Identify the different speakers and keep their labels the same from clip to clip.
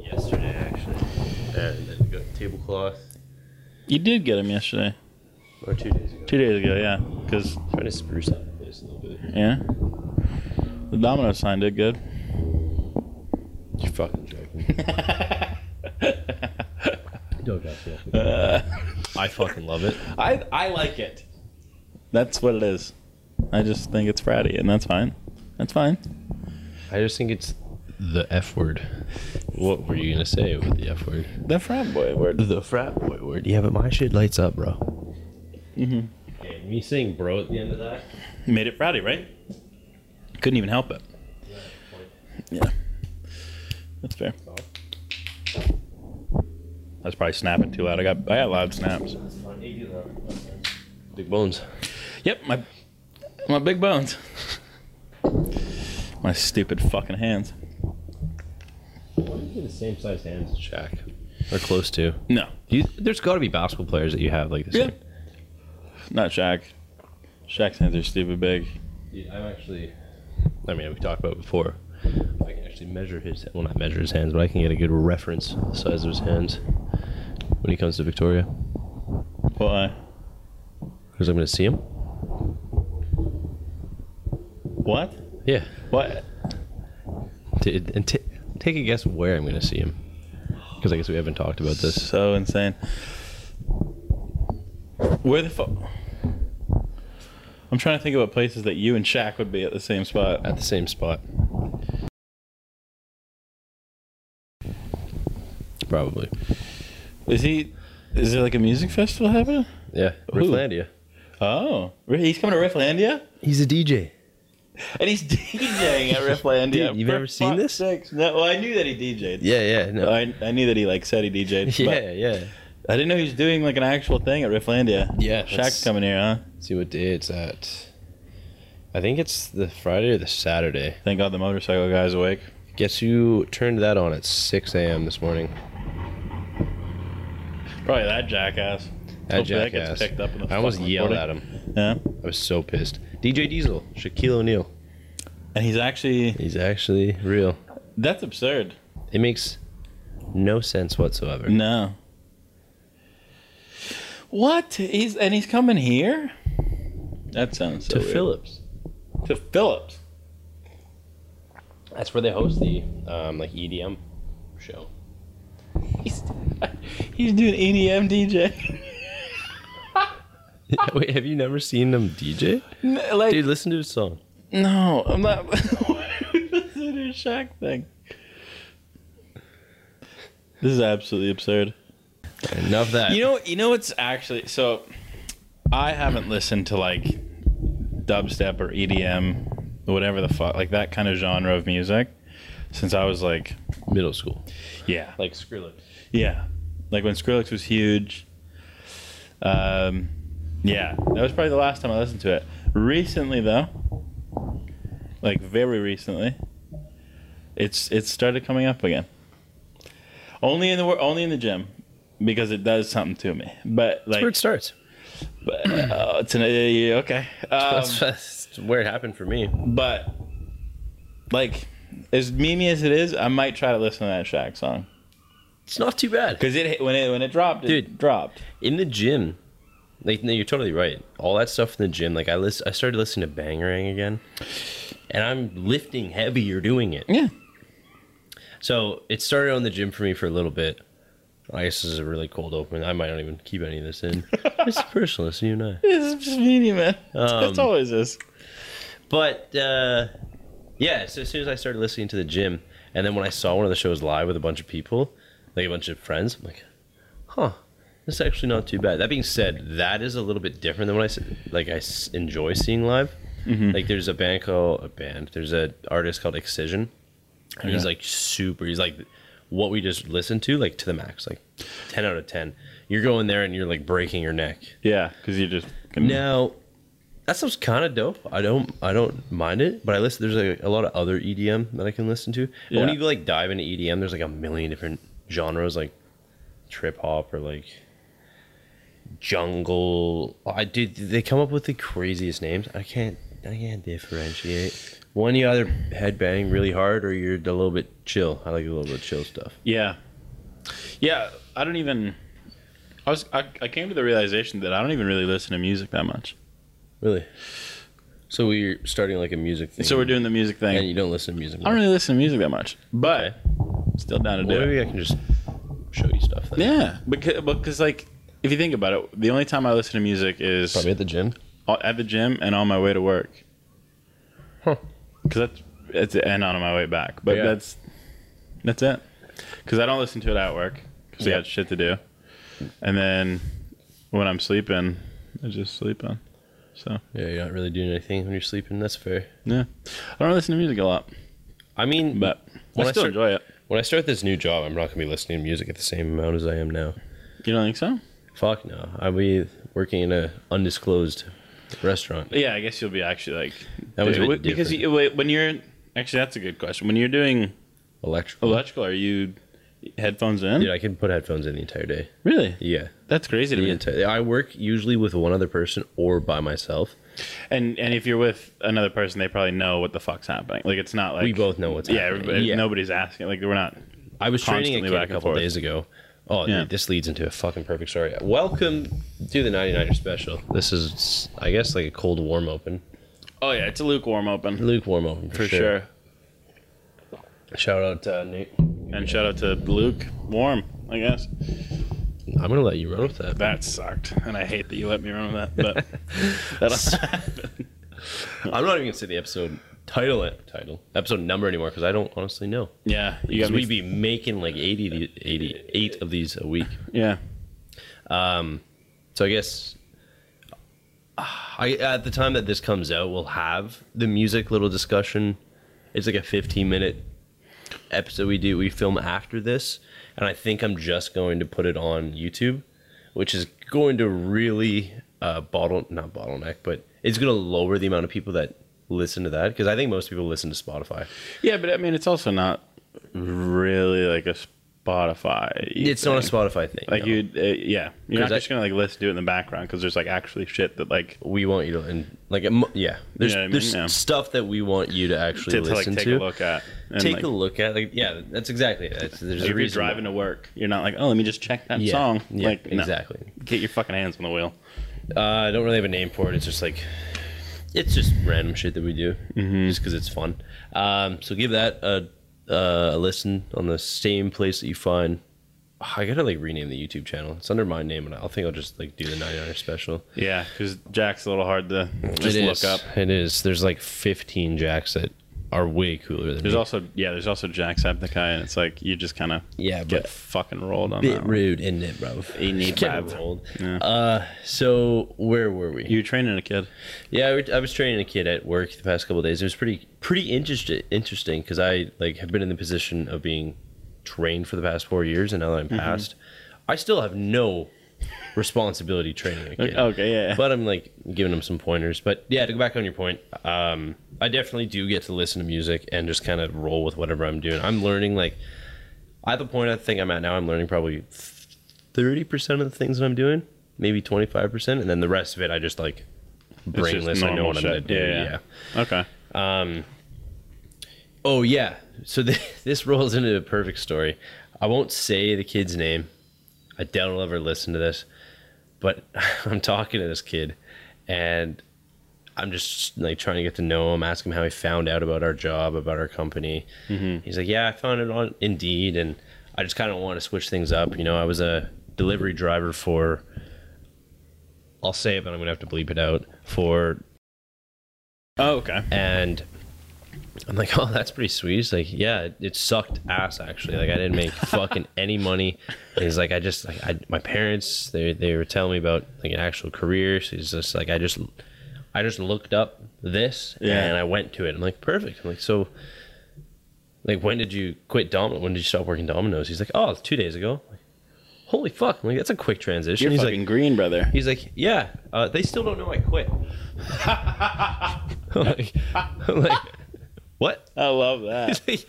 Speaker 1: yesterday, actually.
Speaker 2: And then got tablecloth
Speaker 3: You did get him yesterday,
Speaker 2: or two days ago.
Speaker 3: two days ago, yeah. Because
Speaker 2: Trying to spruce up the place a little bit.
Speaker 3: yeah, the domino sign did good.
Speaker 2: You're fucking joking. Don't got that.
Speaker 3: Uh,
Speaker 2: I fucking love it.
Speaker 3: I I like it. That's what it is. I just think it's Friday, and that's fine. That's fine.
Speaker 2: I just think it's the F word. What were you gonna say with the F word?
Speaker 3: The frat boy word.
Speaker 2: The frat boy word. Yeah, but my shit lights up, bro.
Speaker 3: Mhm.
Speaker 2: Yeah, me saying bro at the end of that.
Speaker 3: Made it Friday, right? Couldn't even help it. Yeah, that's fair. I was probably snapping too loud. I got I got loud snaps.
Speaker 2: Big bones.
Speaker 3: Yep, my my big bones. My stupid fucking hands.
Speaker 2: Why do you have the same size hands as Shaq? Or close to.
Speaker 3: No,
Speaker 2: You, there's got to be basketball players that you have like this.
Speaker 3: Yeah. not Shaq. Shaq's hands are stupid big.
Speaker 2: Dude, I'm actually. I mean, we talked about it before. I can actually measure his. Well, not measure his hands, but I can get a good reference size of his hands when he comes to Victoria.
Speaker 3: Why?
Speaker 2: Because I'm going to see him.
Speaker 3: What?
Speaker 2: Yeah.
Speaker 3: What?
Speaker 2: T- and t- take a guess where I'm going to see him. Because I guess we haven't talked about this.
Speaker 3: So insane. Where the fuck? I'm trying to think about places that you and Shaq would be at the same spot.
Speaker 2: At the same spot. Probably.
Speaker 3: Is he? Is there like a music festival happening?
Speaker 2: Yeah.
Speaker 3: Who?
Speaker 2: Rifflandia.
Speaker 3: Oh, he's coming to Rifflandia,
Speaker 2: He's a DJ.
Speaker 3: and he's DJing at Rifflandia.
Speaker 2: Dude, you've
Speaker 3: For
Speaker 2: ever seen
Speaker 3: fuck's
Speaker 2: this?
Speaker 3: sakes. No, well, I knew that he DJed.
Speaker 2: Yeah, yeah. No.
Speaker 3: I, I knew that he like said he DJ'd.
Speaker 2: yeah, yeah.
Speaker 3: But I didn't know he was doing like an actual thing at Rifflandia.
Speaker 2: Yeah,
Speaker 3: Shaq's
Speaker 2: that's-
Speaker 3: coming here, huh?
Speaker 2: see what day it's at. I think it's the Friday or the Saturday.
Speaker 3: Thank God the motorcycle guy's awake.
Speaker 2: Guess who turned that on at 6 a.m. this morning?
Speaker 3: Probably that jackass.
Speaker 2: That
Speaker 3: Hopefully that gets
Speaker 2: jackass.
Speaker 3: picked up in the
Speaker 2: I almost
Speaker 3: fucking
Speaker 2: yelled at
Speaker 3: recording.
Speaker 2: him.
Speaker 3: Yeah.
Speaker 2: I was so pissed. DJ Diesel, Shaquille O'Neal.
Speaker 3: And he's actually
Speaker 2: He's actually real.
Speaker 3: that's absurd.
Speaker 2: It makes no sense whatsoever.
Speaker 3: No. What? He's and he's coming here? That sounds so
Speaker 2: to
Speaker 3: weird.
Speaker 2: Phillips.
Speaker 3: to Phillips.
Speaker 2: That's where they host the um, like EDM show.
Speaker 3: He's, he's doing E EDM DJ.
Speaker 2: Wait, have you never seen them DJ?
Speaker 3: N- like
Speaker 2: Dude, listen to his song.
Speaker 3: no, I'm not listening to a Shaq thing. This is absolutely absurd.
Speaker 2: Enough that.
Speaker 3: You know, you know what's actually so. I haven't listened to like dubstep or EDM, whatever the fuck, like that kind of genre of music, since I was like,
Speaker 2: middle school.
Speaker 3: yeah,
Speaker 2: Like Skrillex.
Speaker 3: yeah, like when Skrillex was huge. Um, yeah, that was probably the last time I listened to it. Recently, though, like very recently, it's it's started coming up again. Only in the wor- only in the gym, because it does something to me. But
Speaker 2: That's
Speaker 3: like
Speaker 2: where it starts.
Speaker 3: But, uh, it's an, uh, yeah, okay. Um,
Speaker 2: That's, that's where it happened for me.
Speaker 3: but like as memey as it is, I might try to listen to that Shaq song
Speaker 2: It's not too bad.
Speaker 3: because it when it when it dropped, it
Speaker 2: Dude.
Speaker 3: dropped.
Speaker 2: In the gym, like no, you're totally right. All that stuff in the gym, like I list, I started listening to Bangarang again, and I'm lifting heavier doing it.
Speaker 3: Yeah,
Speaker 2: So it started on the gym for me for a little bit. I guess this is a really cold open. I might not even keep any of this in. it's personal, it's you and I.
Speaker 3: it's just memey, man.
Speaker 2: Um,
Speaker 3: it's always this.
Speaker 2: But uh, yeah, so as soon as I started listening to the gym, and then when I saw one of the shows live with a bunch of people, like a bunch of friends, I'm like, huh, this is actually not too bad. That being said, that is a little bit different than what I s- like. I s- enjoy seeing live. Like there's a band called a band. There's an artist called Excision, and he's
Speaker 3: Okay.
Speaker 2: like super. He's like what we just listened to, like to the max, like ten out of ten. You're going there and you're like breaking your neck.
Speaker 3: Yeah, because you just
Speaker 2: Now, that sounds kind of dope. I don't, I don't mind it, but I listen. There's a, a lot of other EDM that I can listen to. But when
Speaker 3: Yeah.
Speaker 2: you like dive into EDM, there's like a million different genres, like trip hop or like jungle. I did. They come up with the craziest names. I can't I can't differentiate. One, you either headbang really hard, or you're a little bit chill. I like a little bit chill stuff.
Speaker 3: Yeah. Yeah, I don't even. I was I, I came to the realization that I don't even really listen to music that much.
Speaker 2: Really. So we're starting like a music thing.
Speaker 3: So we're doing the music thing.
Speaker 2: And you don't listen to music.
Speaker 3: I don't really listen to music that much, but still down to
Speaker 2: Well,
Speaker 3: do it.
Speaker 2: maybe I can just show you stuff. Then.
Speaker 3: Yeah, because because like if you think about it, the only time I listen to music is
Speaker 2: Probably at the gym.
Speaker 3: o- at the gym and on my way to work.
Speaker 2: Huh.
Speaker 3: Because that's it's and on my way back, but
Speaker 2: Yeah.
Speaker 3: that's that's it. Because I don't listen to it at work because
Speaker 2: Yeah.
Speaker 3: I got shit to do, and then when I'm sleeping, I just sleep on. So
Speaker 2: Yeah, you're not really doing anything when you're sleeping. That's fair.
Speaker 3: yeah, I don't listen to music a lot,
Speaker 2: I mean,
Speaker 3: but
Speaker 2: When
Speaker 3: I
Speaker 2: I
Speaker 3: still
Speaker 2: start-
Speaker 3: enjoy it.
Speaker 2: when I start this new job, I'm not gonna be listening to music at the same amount as I am now.
Speaker 3: You don't think so?
Speaker 2: Fuck no. I'll be working in a undisclosed restaurant.
Speaker 3: Yeah, I guess you'll be actually like
Speaker 2: That was a
Speaker 3: dude,
Speaker 2: bit
Speaker 3: wh- because
Speaker 2: different.
Speaker 3: you, wait, when you're actually that's a good question. When you're doing
Speaker 2: Electrical.
Speaker 3: electrical, are you headphones in?
Speaker 2: Dude, I can put headphones in the entire day.
Speaker 3: Really?
Speaker 2: Yeah.
Speaker 3: That's crazy to
Speaker 2: The
Speaker 3: me.
Speaker 2: entire, I work usually with one other person or by myself.
Speaker 3: And and if you're with another person, they probably know what the fuck's happening. Like it's not like
Speaker 2: We both know what's
Speaker 3: yeah,
Speaker 2: happening.
Speaker 3: everybody-
Speaker 2: Yeah.
Speaker 3: nobody's asking. Like we're not.
Speaker 2: I was training a
Speaker 3: Constantly
Speaker 2: kid
Speaker 3: back
Speaker 2: a
Speaker 3: and
Speaker 2: couple
Speaker 3: forth.
Speaker 2: days ago. Oh,
Speaker 3: Yeah.
Speaker 2: dude, this leads into a fucking perfect story. Welcome to the 99er special. This is, I guess, like a cold warm open.
Speaker 3: Oh yeah, it's a lukewarm open
Speaker 2: Lukewarm open for,
Speaker 3: for
Speaker 2: sure.
Speaker 3: sure.
Speaker 2: Shout out to uh, Nate.
Speaker 3: And shout out to Luke Warm, I guess.
Speaker 2: I'm going to let you run with that.
Speaker 3: That sucked, and I hate that you let me run with that. But that'll happen.
Speaker 2: I'm not even going to say the episode title, it, title episode number anymore because I don't honestly know.
Speaker 3: Yeah, you
Speaker 2: Because
Speaker 3: got
Speaker 2: we'd
Speaker 3: me.
Speaker 2: be making like 80, the- 88 of these a week.
Speaker 3: Yeah,
Speaker 2: So I guess I at the time that this comes out, we'll have the music little discussion. It's like a 15 minute episode we do we film after this, and I think I'm just going to put it on YouTube, which is going to really uh, bottle not bottleneck, but it's going to lower the amount of people that listen to that because I think most people listen to Spotify.
Speaker 3: yeah, but I mean, it's also not really like a Spotify.
Speaker 2: It's not a Spotify thing.
Speaker 3: Like
Speaker 2: no.
Speaker 3: you, uh, yeah, you're
Speaker 2: 'Cause
Speaker 3: not
Speaker 2: I-
Speaker 3: just gonna like listen to it in the background because there's like actually shit that like
Speaker 2: we want you to and like um, yeah there's
Speaker 3: know what I mean?
Speaker 2: there's
Speaker 3: Yeah.
Speaker 2: stuff that we want you to actually
Speaker 3: to, to, like
Speaker 2: listen
Speaker 3: take
Speaker 2: to
Speaker 3: a look at. And,
Speaker 2: take
Speaker 3: like,
Speaker 2: a look at like yeah that's exactly it That's- there's
Speaker 3: Like,
Speaker 2: a
Speaker 3: if you're
Speaker 2: reason
Speaker 3: driving to work, you're not like, oh, let me just check that
Speaker 2: yeah,
Speaker 3: song.
Speaker 2: yeah
Speaker 3: like, no.
Speaker 2: exactly
Speaker 3: Get your fucking hands on the wheel.
Speaker 2: uh, i don't really have a name for it it's just like it's just random shit that we do
Speaker 3: Mm-hmm.
Speaker 2: just because it's fun um, so give that a, uh, a listen on the same place that you find I gotta like rename the YouTube channel. It's under my name, and I think I'll just like do the 99er special.
Speaker 3: Yeah, because Jack's a little hard to just
Speaker 2: It
Speaker 3: look
Speaker 2: is.
Speaker 3: up.
Speaker 2: It is. There's like 15 jacks that are way cooler than
Speaker 3: There's
Speaker 2: me.
Speaker 3: also yeah, there's also Jacksepticeye, and it's like you just kind of
Speaker 2: Yeah,
Speaker 3: get
Speaker 2: but-
Speaker 3: fucking rolled on
Speaker 2: bit
Speaker 3: that. One.
Speaker 2: rude, isn't it, bro?
Speaker 3: Ain't it,
Speaker 2: Getting
Speaker 3: bruv?
Speaker 2: old.
Speaker 3: Yeah.
Speaker 2: Uh, so where were we?
Speaker 3: You training a kid?
Speaker 2: Yeah, I was- I was training a kid at work the past couple of days. It was pretty pretty interesting interesting because I like have been in the position of being trained for the past four years, and now that I'm
Speaker 3: Mm-hmm.
Speaker 2: past, I still have no responsibility training a kid.
Speaker 3: Okay, yeah.
Speaker 2: But I'm like giving them some pointers. But yeah, to go back on your point, um, I definitely do get to listen to music and just kind of roll with whatever I'm doing. I'm learning like at the point I think I'm at now, I'm learning probably thirty percent of the things that I'm doing, maybe twenty five percent, and then the rest of it I just like
Speaker 3: It's just
Speaker 2: brainless. I know
Speaker 3: normal
Speaker 2: what I'm gonna
Speaker 3: shit.
Speaker 2: do. Yeah.
Speaker 3: yeah. Okay.
Speaker 2: Oh yeah. So th- this rolls into a perfect story. I won't say the kid's name. I doubt he'll ever listen to this. But I'm talking to this kid, and I'm just like trying to get to know him, ask him how he found out about our job, about our company. He's like, "Yeah, I found it on Indeed, and I just kind of want to switch things up." You know, I was a delivery driver for. I'll say it, but I'm gonna have to bleep it out for
Speaker 3: Oh, okay.
Speaker 2: and I'm like, oh, that's pretty sweet. He's like, yeah, it, it sucked ass actually. Like I didn't make fucking any money. And he's like, I just like I, my parents they they were telling me about like an actual career. So he's just like, I just I just looked up this
Speaker 3: Yeah.
Speaker 2: and I went to it. I'm like, perfect. I'm like, so like when did you quit Domino? When did you stop working Domino's? He's like, oh, two days ago. I'm like, Holy fuck! I'm like that's a quick transition.
Speaker 3: You're
Speaker 2: he's like,
Speaker 3: fucking green, brother.
Speaker 2: He's like, yeah, uh, they still don't know I quit. I'm like, I'm like, what?
Speaker 3: I love that.
Speaker 2: He's like,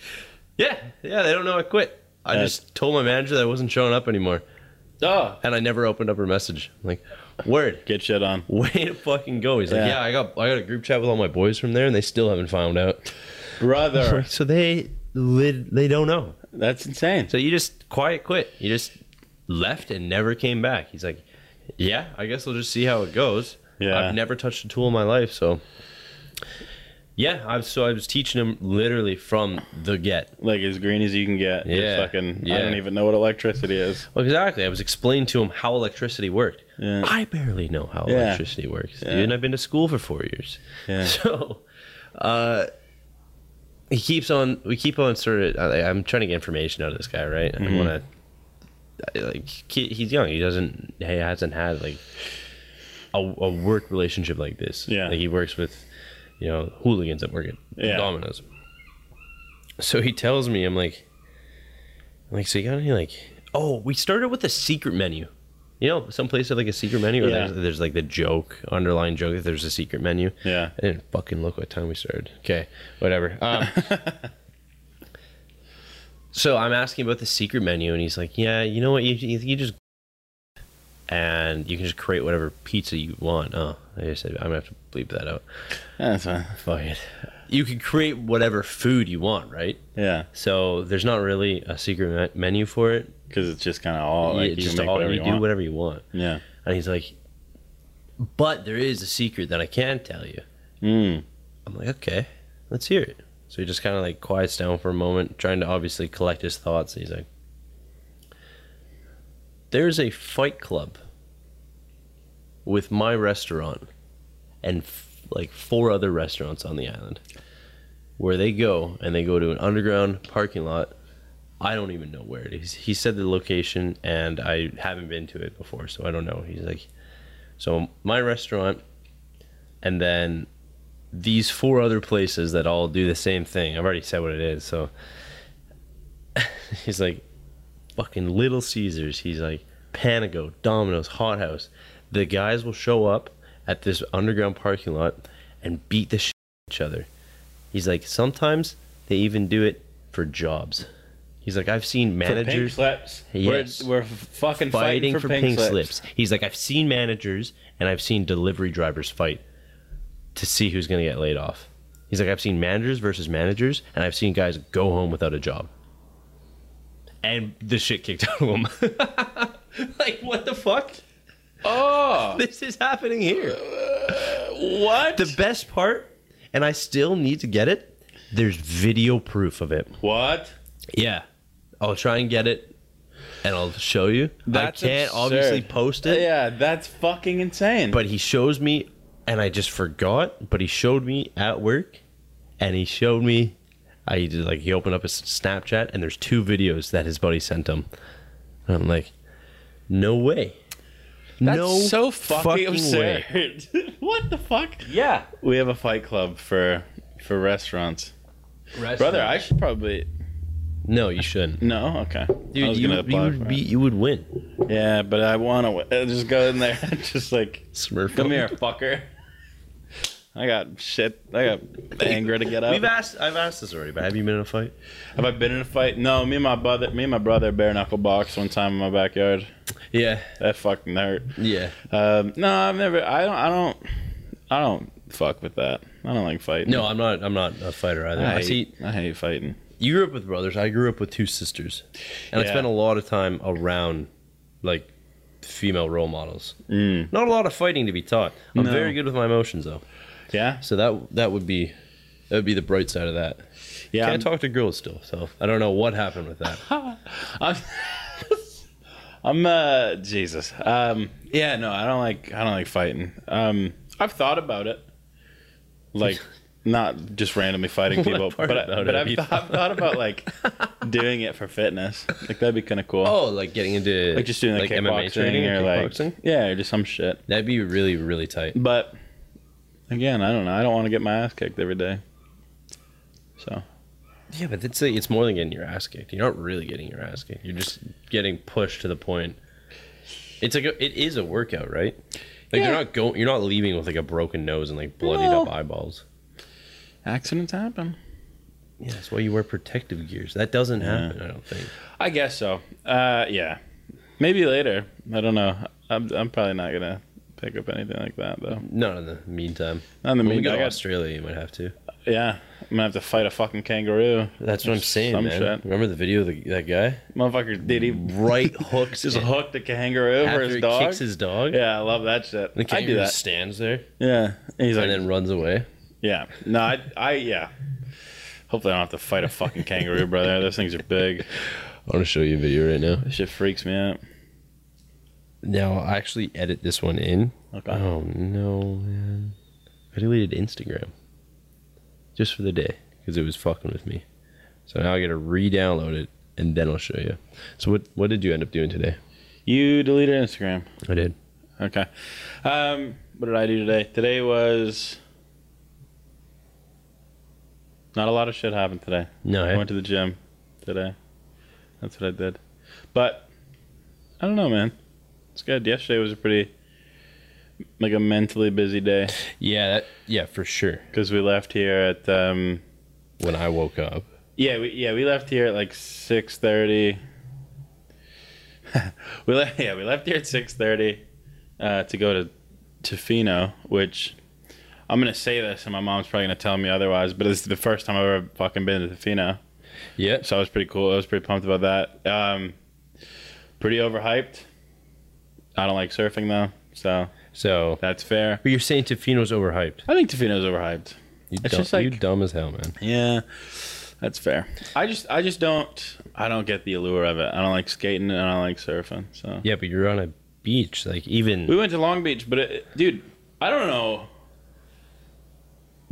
Speaker 2: yeah, yeah, they don't know I quit. I
Speaker 3: That's-
Speaker 2: just told my manager that I wasn't showing up anymore,
Speaker 3: oh,
Speaker 2: and I never opened up her message. I'm like, Word.
Speaker 3: Get shit on.
Speaker 2: Way to fucking go. He's
Speaker 3: Yeah.
Speaker 2: like, yeah, I got I got a group chat with all my boys from there, and they still haven't found out.
Speaker 3: Brother.
Speaker 2: So they lit, they don't know.
Speaker 3: That's insane.
Speaker 2: So you just quiet quit. You just left and never came back. He's like, yeah, I guess we'll just see how it goes.
Speaker 3: Yeah.
Speaker 2: I've never touched a tool in my life, so yeah. I was, so I was teaching him literally from the get.
Speaker 3: Like as green as you can get. Just
Speaker 2: Yeah.
Speaker 3: Fucking, I
Speaker 2: Yeah.
Speaker 3: don't even know what electricity is.
Speaker 2: Well, exactly. I was explaining to him how electricity worked.
Speaker 3: Yeah.
Speaker 2: I barely know how
Speaker 3: Yeah.
Speaker 2: electricity works,
Speaker 3: Yeah.
Speaker 2: dude. And I've been to school for four years.
Speaker 3: Yeah.
Speaker 2: So, uh, he keeps on. We keep on sort of. I, I'm trying to get information out of this guy, right?
Speaker 3: Mm-hmm.
Speaker 2: I want to. Like he, he's young. He doesn't. He hasn't had like a, a work relationship like this.
Speaker 3: Yeah.
Speaker 2: Like he works with, you know, hooligans that work at
Speaker 3: Yeah.
Speaker 2: Domino's. So he tells me, I'm like, I'm like, so you got any like? Oh, we started with a secret menu. You know, some place have like a secret menu, or
Speaker 3: Yeah.
Speaker 2: there's, there's like the joke, underlying joke that there's a secret menu.
Speaker 3: Yeah.
Speaker 2: I didn't fucking look what time we started. Okay, whatever. Um, so I'm asking about the secret menu, and he's like, "Yeah, you know what? You you, you just and you can just create whatever pizza you want." Oh, I just said I'm gonna have to bleep that out.
Speaker 3: That's fine.
Speaker 2: Fuck it. You can create whatever food you want, right?
Speaker 3: Yeah.
Speaker 2: So there's not really a secret me- menu for it.
Speaker 3: Because it's just kind of all Oh, like
Speaker 2: you
Speaker 3: you
Speaker 2: just
Speaker 3: can make
Speaker 2: all,
Speaker 3: whatever
Speaker 2: you,
Speaker 3: you,
Speaker 2: do
Speaker 3: want.
Speaker 2: whatever you want.
Speaker 3: Yeah.
Speaker 2: And he's like, "But there is a secret that I can tell you."
Speaker 3: Mm.
Speaker 2: I'm like, okay, let's hear it. So he just kind of like quiets down for a moment, trying to obviously collect his thoughts. He's like, there's a fight club with my restaurant and f- like four other restaurants on the island where they go and they go to an underground parking lot. I don't even know where it is. He said the location and I haven't been to it before, so I don't know. He's like, so my restaurant and then these four other places that all do the same thing. I've already said what it is, so he's like fucking Little Caesars. He's like Panago, Domino's, Hot House. The guys will show up at this underground parking lot and beat the shit out of each other. He's like sometimes they even do it for jobs. He's like I've seen
Speaker 3: For pink
Speaker 2: managers
Speaker 3: slips.
Speaker 2: Yes.
Speaker 3: We're, we're f- fucking
Speaker 2: fighting for, pink, slips. He's like, I've seen managers and I've seen delivery drivers fight to see who's going to get laid off. He's like, I've seen managers versus managers and I've seen guys go home without a job. And the shit kicked out of them. like, what the fuck?
Speaker 3: Oh,
Speaker 2: This is happening here.
Speaker 3: what?
Speaker 2: The best part, and I still need to get it, there's video proof of it.
Speaker 3: what?
Speaker 2: Yeah. I'll try and get it and I'll show you.
Speaker 3: That's
Speaker 2: I can't obviously
Speaker 3: absurd.
Speaker 2: post it.
Speaker 3: Yeah, that's fucking insane.
Speaker 2: but he shows me and i just forgot but he showed me at work and he showed me i did like he opened up his snapchat and there's two videos that his buddy sent him and i'm like no way
Speaker 3: that's
Speaker 2: no
Speaker 3: so fucking,
Speaker 2: fucking way.
Speaker 3: absurd. what the fuck?
Speaker 2: yeah
Speaker 3: We have a fight club for for restaurants. Brother, I should probably
Speaker 2: no you shouldn't
Speaker 3: no. Okay, I
Speaker 2: dude
Speaker 3: was
Speaker 2: you, you
Speaker 3: gonna apply for
Speaker 2: would be, you would win
Speaker 3: it. Yeah, but I want to just go in there, and just like
Speaker 2: smurf
Speaker 3: come here, fucker. I got shit. I got anger to get out.
Speaker 2: we've asked i've asked this already but have you been in a fight
Speaker 3: Have I been in a fight? No, me and my brother, me and my brother bare knuckle box one time in my backyard.
Speaker 2: yeah
Speaker 3: That fucking hurt.
Speaker 2: yeah
Speaker 3: Um, no, I've never. I don't. I don't. I don't fuck with that. I don't like fighting.
Speaker 2: no i'm not i'm not a fighter either i
Speaker 3: I hate,
Speaker 2: see
Speaker 3: I hate fighting.
Speaker 2: you grew up with brothers. I grew up with two sisters, and I
Speaker 3: Yeah.
Speaker 2: spent a lot of time around like female role models.
Speaker 3: Mm.
Speaker 2: Not a lot of fighting to be taught. I'm
Speaker 3: No.
Speaker 2: very good with my emotions though,
Speaker 3: Yeah,
Speaker 2: so that that would be that would be the bright side of that.
Speaker 3: yeah.
Speaker 2: Can't talk to girls still, so I don't know what happened with that.
Speaker 3: I'm, I'm uh Jesus. Um yeah, no, I don't like I don't like fighting. Um I've thought about it. Like not just randomly fighting
Speaker 2: What
Speaker 3: people,
Speaker 2: part
Speaker 3: but, I,
Speaker 2: about it
Speaker 3: but I've,
Speaker 2: you
Speaker 3: thought, I've thought about like doing it for fitness. Like that'd be kind of cool.
Speaker 2: Oh, like getting into
Speaker 3: like just doing like, kickboxing or like yeah, or just some shit.
Speaker 2: that'd be really really tight.
Speaker 3: But again, I don't know. I don't want to get my ass kicked every day. So
Speaker 2: Yeah, but it's it's more than getting your ass kicked. You're not really getting your ass kicked. You're just getting pushed to the point. It's like a, it is a workout, right? Like
Speaker 3: Yeah.
Speaker 2: you're not going, you're not leaving with like a broken nose and like bloodied
Speaker 3: No.
Speaker 2: up eyeballs.
Speaker 3: accidents happen.
Speaker 2: Yeah, that's why you wear protective gears. That doesn't happen, I don't think.
Speaker 3: I guess so. Uh, yeah, maybe later. I don't know. I'm, I'm probably not gonna pick up anything like that though.
Speaker 2: Not in the meantime.
Speaker 3: Not in the
Speaker 2: When we
Speaker 3: mean-
Speaker 2: go
Speaker 3: I
Speaker 2: to
Speaker 3: got-
Speaker 2: Australia, you might have to.
Speaker 3: Yeah, I'm gonna have to fight a fucking kangaroo.
Speaker 2: That's what I'm
Speaker 3: Some
Speaker 2: saying, man.
Speaker 3: shit.
Speaker 2: Remember the video of the, that guy?
Speaker 3: Motherfucker, did he
Speaker 2: Right hooks
Speaker 3: just
Speaker 2: it
Speaker 3: hooked a kangaroo for
Speaker 2: after
Speaker 3: his
Speaker 2: he
Speaker 3: dog?
Speaker 2: kicks his dog.
Speaker 3: yeah, I love that shit.
Speaker 2: The
Speaker 3: I do
Speaker 2: kangaroo
Speaker 3: that.
Speaker 2: stands there
Speaker 3: Yeah, and he's like,
Speaker 2: and then runs away.
Speaker 3: yeah, no, I, I, yeah. Hopefully, I don't have to fight a fucking kangaroo, brother. Those things are big.
Speaker 2: I want to show you a video right now.
Speaker 3: That shit freaks me out.
Speaker 2: Now I'll actually edit this one in.
Speaker 3: Okay.
Speaker 2: Oh no, man! I deleted Instagram just for the day because it was fucking with me. So now I gotta re-download it and then I'll show you. So what what did you end up doing today?
Speaker 3: You deleted Instagram.
Speaker 2: I did.
Speaker 3: Okay. Um, what did I do today? Today was not a lot of shit happened today.
Speaker 2: No,
Speaker 3: I
Speaker 2: eh?
Speaker 3: went to the gym today. That's what I did. But I don't know, man. It's good. Yesterday was a pretty like a mentally busy day
Speaker 2: yeah, that, yeah, for sure.
Speaker 3: because we left here at um
Speaker 2: When I woke up,
Speaker 3: yeah we, yeah we left here at like six thirty. we left yeah we left here at six thirty uh, to go to Tofino, which I'm gonna say this and my mom's probably gonna tell me otherwise, but this is the first time I've ever fucking been to Tofino.
Speaker 2: yeah,
Speaker 3: So I was pretty cool. I was pretty pumped about that. Um, pretty overhyped. I don't like surfing though, so
Speaker 2: So,
Speaker 3: that's fair.
Speaker 2: but you're saying Tofino's overhyped.
Speaker 3: I think Tofino's overhyped.
Speaker 2: You
Speaker 3: It's
Speaker 2: dumb,
Speaker 3: just like-
Speaker 2: you dumb as hell, man.
Speaker 3: Yeah, that's fair. I just, I just don't, I don't get the allure of it. I don't like skating and I don't like surfing. So
Speaker 2: Yeah, but you're on a beach, like even
Speaker 3: we went to Long Beach, but it, dude, I don't know.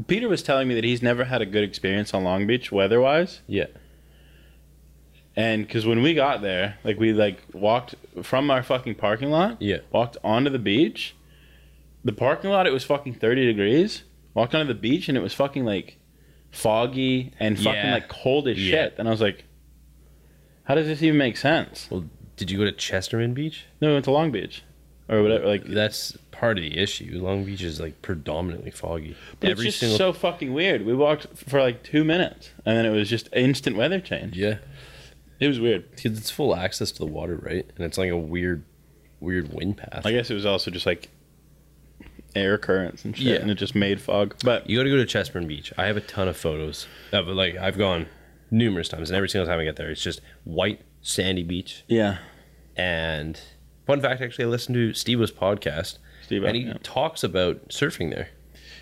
Speaker 3: Peter was telling me that he's never had a good experience on Long Beach weather-wise.
Speaker 2: yeah,
Speaker 3: And because when we got there, like we like walked from our fucking parking lot,
Speaker 2: Yeah.
Speaker 3: walked onto the beach. The parking lot, it was fucking thirty degrees. Walked onto the beach and it was fucking like foggy and fucking
Speaker 2: Yeah.
Speaker 3: like cold as
Speaker 2: Yeah.
Speaker 3: shit. And I was like, how does this even make sense?
Speaker 2: Well, did you go to Chesterman Beach?
Speaker 3: No, we went to Long Beach, or whatever. Like
Speaker 2: That's part of the issue. Long Beach is like predominantly foggy.
Speaker 3: but it's just so fucking weird. We walked for like two minutes and then it was just instant weather change.
Speaker 2: yeah,
Speaker 3: It was weird.
Speaker 2: because it's full access to the water, right? And it's like a weird, weird wind path.
Speaker 3: I guess it was also just like air currents and shit,
Speaker 2: Yeah.
Speaker 3: and it just made fog. But
Speaker 2: you got to go to Chesterman Beach. I have a ton of photos. Of, like I've gone numerous times, and every single time I get there, it's just white sandy beach.
Speaker 3: yeah.
Speaker 2: And fun fact, actually, I listened to Steve-O's podcast,
Speaker 3: Steve-O,
Speaker 2: and he
Speaker 3: yeah.
Speaker 2: talks about surfing there.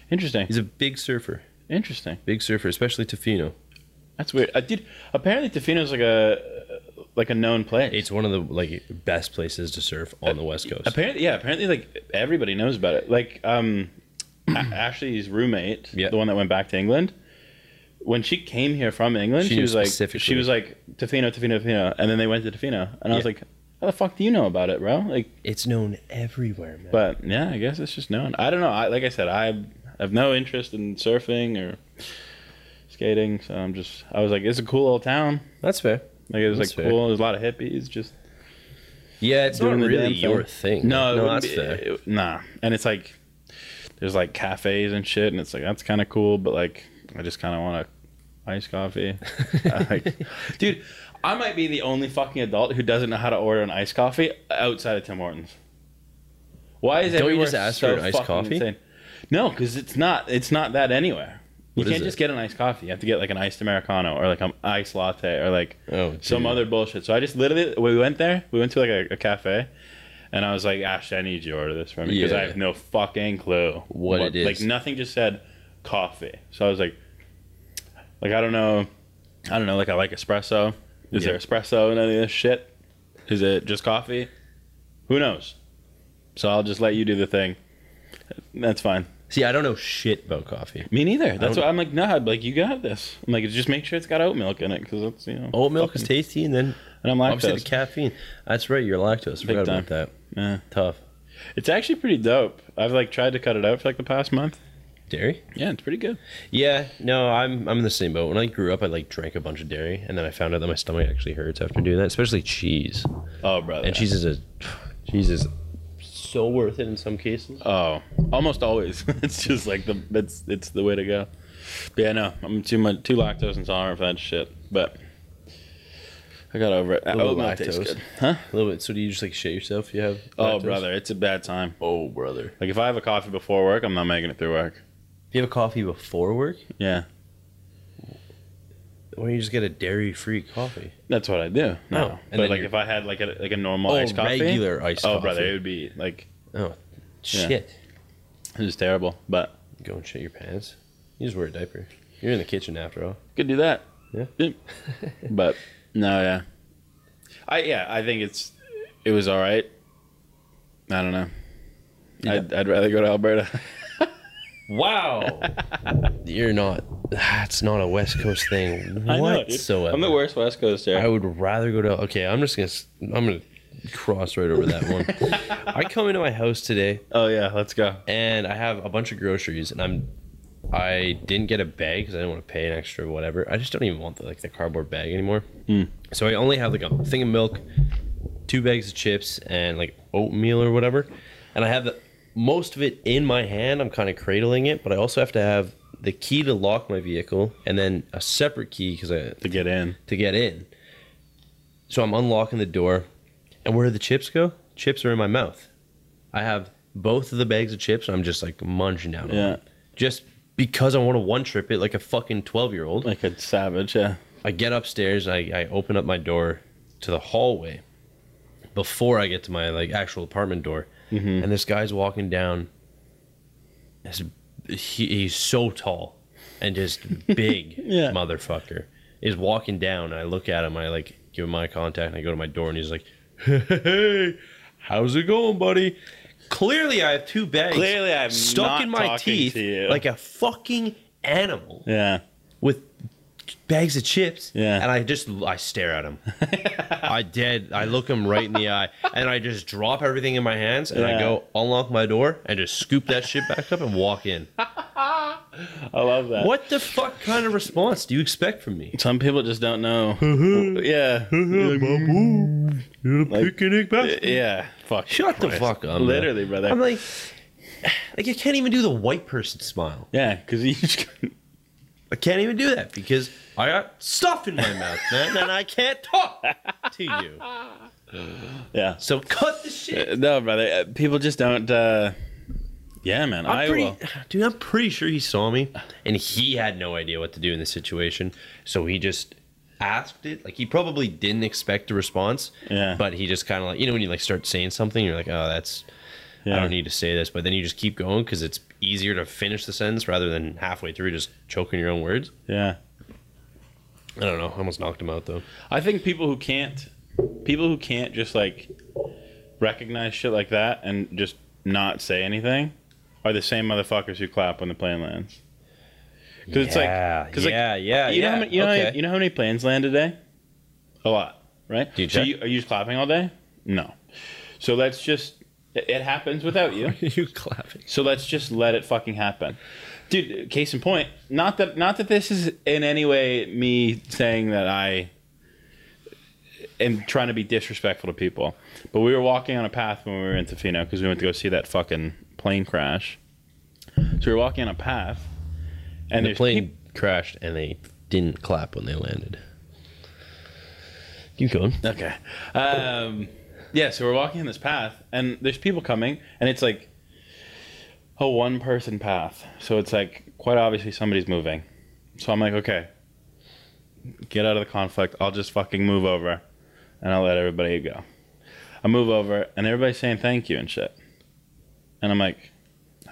Speaker 3: Interesting.
Speaker 2: He's a big surfer,
Speaker 3: Interesting.
Speaker 2: big surfer, especially Tofino.
Speaker 3: That's weird. I did. Apparently, Tofino's like a like a known place.
Speaker 2: It's one of the like best places to surf on the west coast.
Speaker 3: apparently, yeah. Apparently, like everybody knows about it. Like, um, A- Ashley's roommate,
Speaker 2: Yeah.
Speaker 3: the one that went back to England, when she came here from England,
Speaker 2: She
Speaker 3: she,
Speaker 2: knew
Speaker 3: was like, she
Speaker 2: specifically.
Speaker 3: was like Tofino, Tofino, Tofino, and then they went to Tofino, and I was
Speaker 2: Yeah.
Speaker 3: like, how the fuck do you know about it, bro? Like,
Speaker 2: It's known everywhere, man.
Speaker 3: but yeah, I guess it's just known. I don't know. I like I said, I have no interest in surfing or skating, so I'm just. I was like, it's a cool old town.
Speaker 2: That's fair.
Speaker 3: Like it was
Speaker 2: That's
Speaker 3: like
Speaker 2: fair.
Speaker 3: cool. There's a lot of hippies just
Speaker 2: Yeah, it's
Speaker 3: doing
Speaker 2: not
Speaker 3: the
Speaker 2: really
Speaker 3: damn thing.
Speaker 2: your thing.
Speaker 3: No, it
Speaker 2: no,
Speaker 3: wouldn't
Speaker 2: that's
Speaker 3: be-
Speaker 2: fair.
Speaker 3: it- nah, and it's like there's like cafes and shit, and it's like that's kind of cool, but like I just kind of want a iced coffee. I like, dude, I might be the only fucking adult who doesn't know how to order an iced coffee outside of Tim Hortons. Why is
Speaker 2: Don't you
Speaker 3: everywhere
Speaker 2: just ask
Speaker 3: so
Speaker 2: for an iced
Speaker 3: fucking
Speaker 2: coffee?
Speaker 3: Insane? No, because it's not it's not that anywhere. You
Speaker 2: What is
Speaker 3: can't
Speaker 2: it?
Speaker 3: just get an iced coffee. You have to get like an iced americano or like an iced latte or like
Speaker 2: Oh,
Speaker 3: some
Speaker 2: dude.
Speaker 3: other bullshit. So I just literally we went there. We went to like a, a cafe, and I was like, Ashley, I need you to order this for me because I
Speaker 2: Yeah.
Speaker 3: have no fucking clue
Speaker 2: What it
Speaker 3: Like
Speaker 2: is.
Speaker 3: nothing just said coffee. So I was like, like I don't know, I don't know. Like I like espresso. Is
Speaker 2: Yeah.
Speaker 3: there espresso and any of this shit? Is it just coffee? Who knows? So I'll just let you do the thing. That's fine.
Speaker 2: See, I don't know shit about coffee.
Speaker 3: Me neither. That's
Speaker 2: don't-
Speaker 3: why I'm like, nah. Like you got this. I'm like, just make sure it's got oat milk in it because that's you know.
Speaker 2: Oat milk is
Speaker 3: fucking-
Speaker 2: tasty, and then
Speaker 3: and I'm
Speaker 2: obviously the
Speaker 3: lactose.
Speaker 2: caffeine. That's right, you're lactose. I forgot
Speaker 3: time.
Speaker 2: about that.
Speaker 3: Yeah.
Speaker 2: Tough.
Speaker 3: It's actually pretty dope. I've like tried to cut it out for like the past month.
Speaker 2: Dairy?
Speaker 3: Yeah, it's pretty good.
Speaker 2: Yeah, no, I'm I'm in the same boat. When I grew up, I like drank a bunch of dairy, and then I found out that my stomach actually hurts after doing that, especially cheese.
Speaker 3: Oh, brother.
Speaker 2: And cheese is a cheese is so worth it in some cases.
Speaker 3: oh, almost always. it's just like the it's it's the way to go. But yeah, no, I'm too much too lactose intolerant for that shit. But I got over it.
Speaker 2: little
Speaker 3: Oat milk tastes
Speaker 2: lactose.
Speaker 3: good. Huh?
Speaker 2: A little bit. So do you just like shit yourself? if You have.
Speaker 3: Oh,
Speaker 2: lactose?
Speaker 3: brother, it's a bad time.
Speaker 2: Oh, brother.
Speaker 3: Like if I have a coffee before work, I'm not making it through work.
Speaker 2: If you have a coffee before work,
Speaker 3: Yeah,
Speaker 2: why don't you just get a dairy-free coffee?
Speaker 3: that's what I do. No,
Speaker 2: Oh, and then
Speaker 3: but like
Speaker 2: you're-
Speaker 3: if I had like a like a normal
Speaker 2: Oh,
Speaker 3: iced coffee,
Speaker 2: regular iced
Speaker 3: oh
Speaker 2: coffee.
Speaker 3: brother, it would be like
Speaker 2: Oh,
Speaker 3: Yeah.
Speaker 2: shit.
Speaker 3: it was terrible. But
Speaker 2: Go and shit your pants. You just wear a diaper. You're in the kitchen after all.
Speaker 3: could do that.
Speaker 2: Yeah.
Speaker 3: but no, yeah. I yeah, I think it's it was all right. I don't know. I'd, I'd rather go to Alberta.
Speaker 2: Wow. You're not. That's not a West Coast thing whatsoever.
Speaker 3: I'm the worst West Coaster.
Speaker 2: I would rather go to. Okay, I'm just gonna. s- I'm gonna cross right over that one. I come into my house today
Speaker 3: oh yeah, let's go.
Speaker 2: and I have a bunch of groceries, and I'm. I didn't get a bag because I didn't want to pay an extra whatever. I just don't even want the, like the cardboard bag anymore. So I only have like a thing of milk, two bags of chips, and like oatmeal or whatever. And I have the, most of it in my hand. I'm kind of cradling it, but I also have to have the key to lock my vehicle and then a separate key because I
Speaker 3: To get in.
Speaker 2: to get in. So I'm unlocking the door, and where do the chips go? Chips are in my mouth. I have both of the bags of chips, and I'm just like munching down. on
Speaker 3: Yeah.
Speaker 2: them. Just because I want to one trip it like a fucking 12 year old.
Speaker 3: Like a savage, yeah.
Speaker 2: I get upstairs, I, I open up my door to the hallway before I get to my like actual apartment door,
Speaker 3: Mm-hmm.
Speaker 2: and this guy's walking down. This, he, he's so tall and just big
Speaker 3: Yeah.
Speaker 2: motherfucker is walking down. And I look at him, I like give him my contact, and I go to my door, and he's like, "Hey, how's it going, buddy?" Clearly, I have two bags.
Speaker 3: Clearly, I'm
Speaker 2: stuck
Speaker 3: not
Speaker 2: in my
Speaker 3: talking
Speaker 2: teeth
Speaker 3: to you.
Speaker 2: like a fucking animal
Speaker 3: Yeah.
Speaker 2: with bags of chips.
Speaker 3: Yeah.
Speaker 2: And I just I stare at him. I did. I look him right in the eye, and I just drop everything in my hands, and I
Speaker 3: Yeah.
Speaker 2: go unlock my door and just scoop that shit back up and walk in.
Speaker 3: I love that.
Speaker 2: What the fuck kind of response do you expect from me?
Speaker 3: Some people just don't know. yeah. Like, eh, yeah. Fuck.
Speaker 2: Shut the fuck up. man.
Speaker 3: Literally, brother.
Speaker 2: I'm like, like I can't even do the white person smile.
Speaker 3: yeah, because you just.
Speaker 2: I can't even do that because I got stuff in my mouth, man, and I can't talk to you.
Speaker 3: yeah.
Speaker 2: So cut the shit.
Speaker 3: No, brother. uh, People just don't. uh Yeah, man.
Speaker 2: I'm
Speaker 3: I
Speaker 2: pretty,
Speaker 3: will.
Speaker 2: dude. I'm pretty sure he saw me, and he had no idea what to do in this situation. So he just asked it. Like he probably didn't expect a response.
Speaker 3: Yeah.
Speaker 2: But he just kind of like you know when you like start saying something, you're like, oh, that's
Speaker 3: Yeah.
Speaker 2: I don't need to say this, but then you just keep going because it's easier to finish the sentence rather than halfway through just choking your own words.
Speaker 3: Yeah.
Speaker 2: I don't know. I almost knocked him out though.
Speaker 3: I think people who can't, people who can't just like recognize shit like that and just not say anything, are the same motherfuckers who clap when the plane lands. Because it's
Speaker 2: Yeah,
Speaker 3: like, cause like,
Speaker 2: yeah, yeah,
Speaker 3: you Know how
Speaker 2: Uh, yeah,
Speaker 3: many, you, know, how-
Speaker 2: okay.
Speaker 3: you know how many planes land today? A lot, right?
Speaker 2: Do you
Speaker 3: so
Speaker 2: check?
Speaker 3: you, are you just clapping all day? No. So let's just. It it happens without you.
Speaker 2: you clapping?
Speaker 3: So let's just let it fucking happen. Dude, case in point, not that not that this is in any way me saying that I am trying to be disrespectful to people. But we were walking on a path when we were in Tofino because we went to go see that fucking plane crash. So we were walking on a path and
Speaker 2: And the
Speaker 3: there's
Speaker 2: plane
Speaker 3: peop-
Speaker 2: crashed, and they didn't clap when they landed. Keep going.
Speaker 3: Okay. Um, yeah, so we're walking in this path, and there's people coming, and it's like a one person path. So it's like quite obviously somebody's moving. So I'm like, okay, get out of the conflict. I'll just fucking move over, and I'll let everybody go. I move over, and everybody's saying thank you and shit. And I'm like,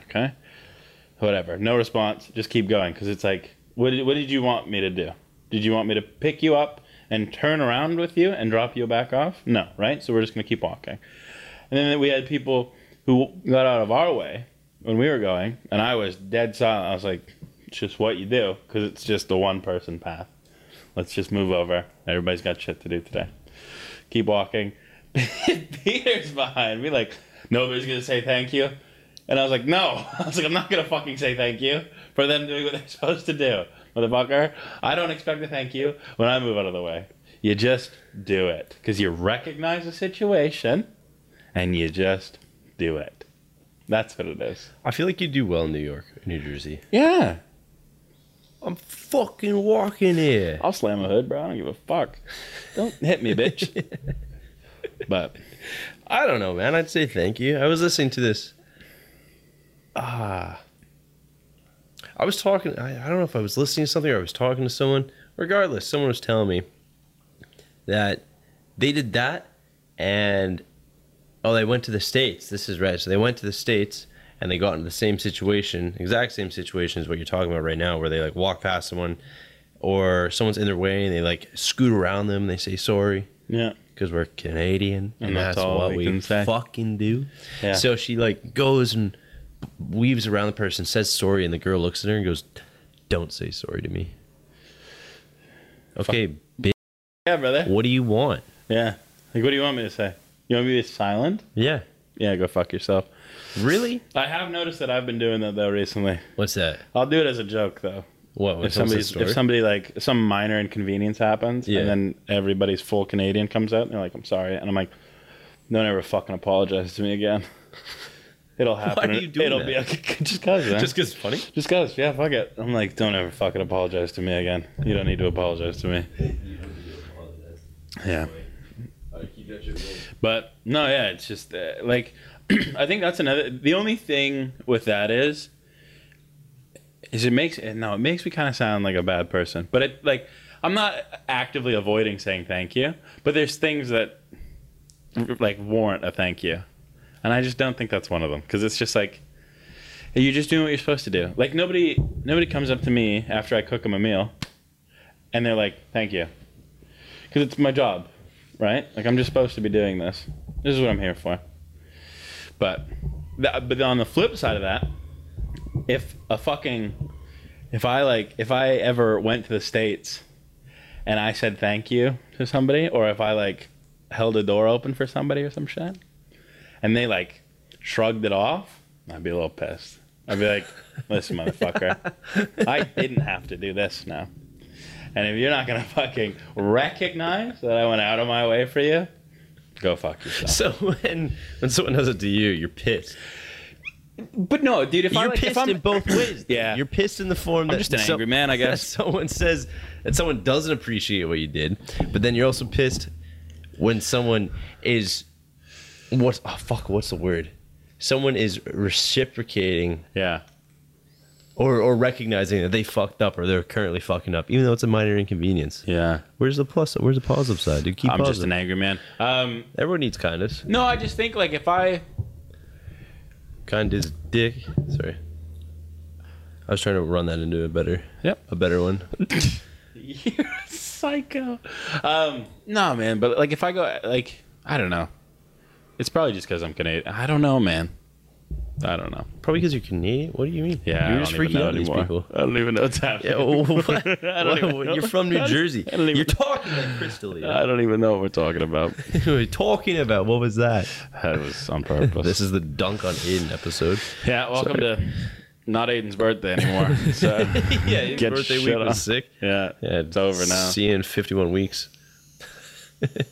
Speaker 3: okay, whatever. No response. Just keep going, because it's like, what did, what did you want me to do? Did you want me to pick you up and turn around with you and drop you back off? No, right? So we're just going to keep walking. And then we had people who got out of our way when we were going, and I was dead silent. I was like, it's just what you do because it's just the one person path. Let's just move over. Everybody's got shit to do today. Keep walking. Peter's behind me, like, nobody's going to say thank you. And I was like, no. I was like, I'm not going to fucking say thank you for them doing what they're supposed to do. Motherfucker, I don't expect a thank you when I move out of the way. You just do it because you recognize the situation and you just do it. That's what it is.
Speaker 2: I feel like you do well in New York, New Jersey.
Speaker 3: Yeah.
Speaker 2: I'm fucking walking here.
Speaker 3: I'll slam a hood, bro. I don't give a fuck. Don't hit me, bitch. but
Speaker 2: I don't know, man. I'd say thank you. I was listening to this. Ah. I was talking, I, I don't know if I was listening to something or I was talking to someone. Regardless, someone was telling me that they did that and, oh, they went to the States. This is right. So they went to the States and they got into the same situation, exact same situation as what you're talking about right now, where they like walk past someone or someone's in their way and they like scoot around them. They say sorry
Speaker 3: yeah,
Speaker 2: because we're Canadian and,
Speaker 3: And
Speaker 2: that's,
Speaker 3: that's all
Speaker 2: what
Speaker 3: we
Speaker 2: we,
Speaker 3: can say.
Speaker 2: fucking do.
Speaker 3: Yeah.
Speaker 2: So she like goes and weaves around the person, says sorry, and the girl looks at her and goes, "Don't say sorry to me." Okay, bitch,
Speaker 3: yeah, brother.
Speaker 2: what do you want?
Speaker 3: Yeah. Like, what do you want me to say? You want me to be silent?
Speaker 2: Yeah,
Speaker 3: Yeah, go fuck yourself.
Speaker 2: really?
Speaker 3: I have noticed that I've been doing that though recently.
Speaker 2: What's that?
Speaker 3: I'll do it as a joke though.
Speaker 2: What? when
Speaker 3: if
Speaker 2: someone
Speaker 3: somebody
Speaker 2: says
Speaker 3: if somebody like some minor inconvenience happens
Speaker 2: Yeah.
Speaker 3: and then everybody's full Canadian comes out and they're like, I'm sorry and I'm like, Don't ever fucking apologize to me again. It'll happen.
Speaker 2: do you do
Speaker 3: It'll
Speaker 2: that?
Speaker 3: be okay. just cause man.
Speaker 2: just because it's funny.
Speaker 3: just cause, yeah, fuck it. I'm like, don't ever fucking apologize to me again. You don't need to apologize to me. Yeah. But no, yeah, it's just uh, like I think that's another. The only thing with that is, is it makes eh, no, it makes me kind of sound like a bad person. But it like I'm not actively avoiding saying thank you, but there's things that like warrant a thank you, and I just don't think that's one of them because it's just like you're just doing what you're supposed to do. Like nobody nobody comes up to me after I cook them a meal, and they're like thank you, because it's my job right? Like I'm just supposed to be doing this. This is what I'm here for. But, th- but on the flip side of that, if a fucking, if I like, if I ever went to the states, and I said thank you to somebody, or if I like held a door open for somebody or some shit, and they like shrugged it off, I'd be a little pissed. I'd be like, listen, motherfucker, I didn't have to do this now. And if you're not gonna fucking recognize that I went out of my way for you, go fuck yourself.
Speaker 2: So when when someone does it to you, you're pissed.
Speaker 3: But no, dude, if
Speaker 2: You're
Speaker 3: I like,
Speaker 2: pissed
Speaker 3: if I'm
Speaker 2: in both ways.
Speaker 3: Yeah.
Speaker 2: you're pissed in the form that
Speaker 3: just an
Speaker 2: so-
Speaker 3: angry man, I
Speaker 2: that
Speaker 3: guess.
Speaker 2: someone says that someone doesn't appreciate what you did, but then you're also pissed when someone is what? Oh fuck! What's the word? Someone is reciprocating
Speaker 3: yeah,
Speaker 2: or or recognizing that they fucked up or they're currently fucking up, even though it's a minor inconvenience.
Speaker 3: yeah,
Speaker 2: Where's the plus? Where's the positive side, dude? Keep
Speaker 3: I'm just
Speaker 2: positive.
Speaker 3: an angry man. Um,
Speaker 2: Everyone needs kindness.
Speaker 3: no, I just think like if I
Speaker 2: Kind is dick. Sorry. I was trying to run that into a better,
Speaker 3: Yep.
Speaker 2: a better one.
Speaker 3: You're a psycho. Um, no, man, but like if I go, like I don't know. It's probably just because I'm Canadian. I don't know, man. I don't know.
Speaker 2: Probably because you're Canadian. What do you mean?
Speaker 3: Yeah,
Speaker 2: you're
Speaker 3: I
Speaker 2: just
Speaker 3: don't even
Speaker 2: freaking
Speaker 3: know
Speaker 2: out these
Speaker 3: anymore.
Speaker 2: people.
Speaker 3: I don't even know what's happening.
Speaker 2: Yeah, well, what?
Speaker 3: I don't even
Speaker 2: What?
Speaker 3: know.
Speaker 2: You're from New
Speaker 3: I don't-
Speaker 2: Jersey.
Speaker 3: I don't even-
Speaker 2: You're talking like Crystal.
Speaker 3: I don't even know what we're talking about.
Speaker 2: We're talking about what was that?
Speaker 3: That was on purpose.
Speaker 2: This is the dunk on Aiden episode.
Speaker 3: Yeah, welcome to not Aiden's birthday anymore. So
Speaker 2: yeah, his
Speaker 3: Get
Speaker 2: birthday week
Speaker 3: shut up.
Speaker 2: was sick.
Speaker 3: yeah,
Speaker 2: Yeah,
Speaker 3: it's over now.
Speaker 2: See you in 51 weeks.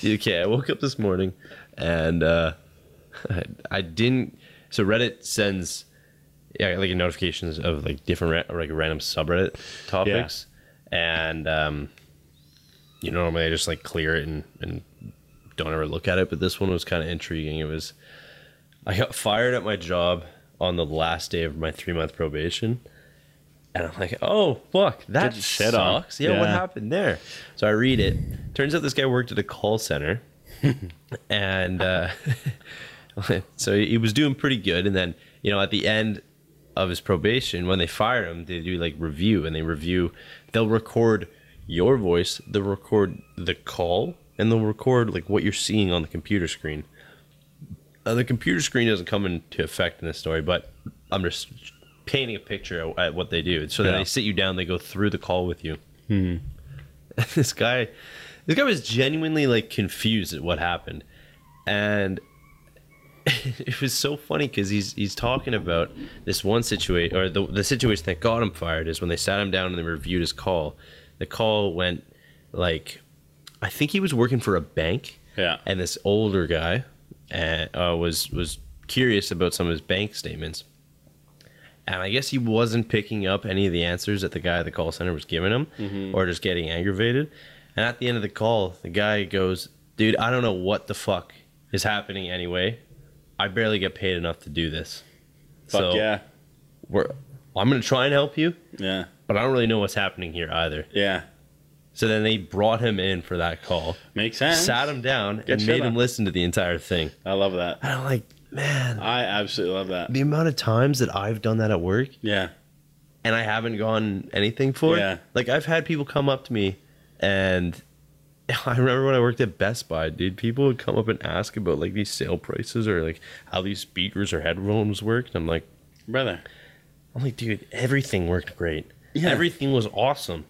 Speaker 2: Dude, okay, I woke up this morning and uh, I, I didn't. So Reddit sends yeah, like notifications of like different ra- like random subreddit topics, and um, you know normally I just like clear it and, and don't ever look at it. But this one was kind of intriguing. It was I got fired at my job on the last day of my three month probation. And I'm like, oh fuck, that
Speaker 3: Get shit on.
Speaker 2: sucks. Yeah, what
Speaker 3: Yeah.
Speaker 2: happened there? So I read it. Turns out this guy worked at a call center, and uh, so he was doing pretty good. And then you know at the end of his probation, when they fire him, they do like review, and they review. They'll record your voice. They'll record the call, and they'll record like what you're seeing on the computer screen. Uh, the computer screen doesn't come into effect in this story, but I'm just painting a picture at, at what they do. So then
Speaker 3: Yeah.
Speaker 2: they sit you down, they go through the call with you. this guy, this guy was genuinely like confused at what happened, and it was so funny because he's he's talking about this one situation or the the situation that got him fired is when they sat him down and they reviewed his call. The call went like, I think he was working for a bank
Speaker 3: Yeah,
Speaker 2: and this older guy uh, uh, was was curious about some of his bank statements And I guess he wasn't picking up any of the answers that the guy at the call center was giving him
Speaker 3: Mm-hmm.
Speaker 2: or just getting aggravated. And at the end of the call, the guy goes, Dude, I don't know what the fuck is happening anyway. I barely get paid enough to do this.
Speaker 3: Fuck
Speaker 2: so
Speaker 3: yeah.
Speaker 2: we're, I'm going to try and help you,
Speaker 3: Yeah.
Speaker 2: but I don't really know what's happening here either.
Speaker 3: Yeah.
Speaker 2: So then they brought him in for that call,
Speaker 3: Makes sense.
Speaker 2: sat him down,
Speaker 3: Good
Speaker 2: and
Speaker 3: shit
Speaker 2: made
Speaker 3: on.
Speaker 2: him listen to the entire thing.
Speaker 3: I love that.
Speaker 2: And I'm like, man,
Speaker 3: I absolutely love that.
Speaker 2: the amount of times that I've done that at work
Speaker 3: Yeah.
Speaker 2: and I haven't gone anything for
Speaker 3: Yeah.
Speaker 2: it. Like I've had people come up to me and I remember when I worked at Best Buy, dude, people would come up and ask about like these sale prices or like how these speakers or headphones worked. And I'm like
Speaker 3: Brother.
Speaker 2: I'm like, dude, everything worked great.
Speaker 3: Yeah.
Speaker 2: Everything was awesome.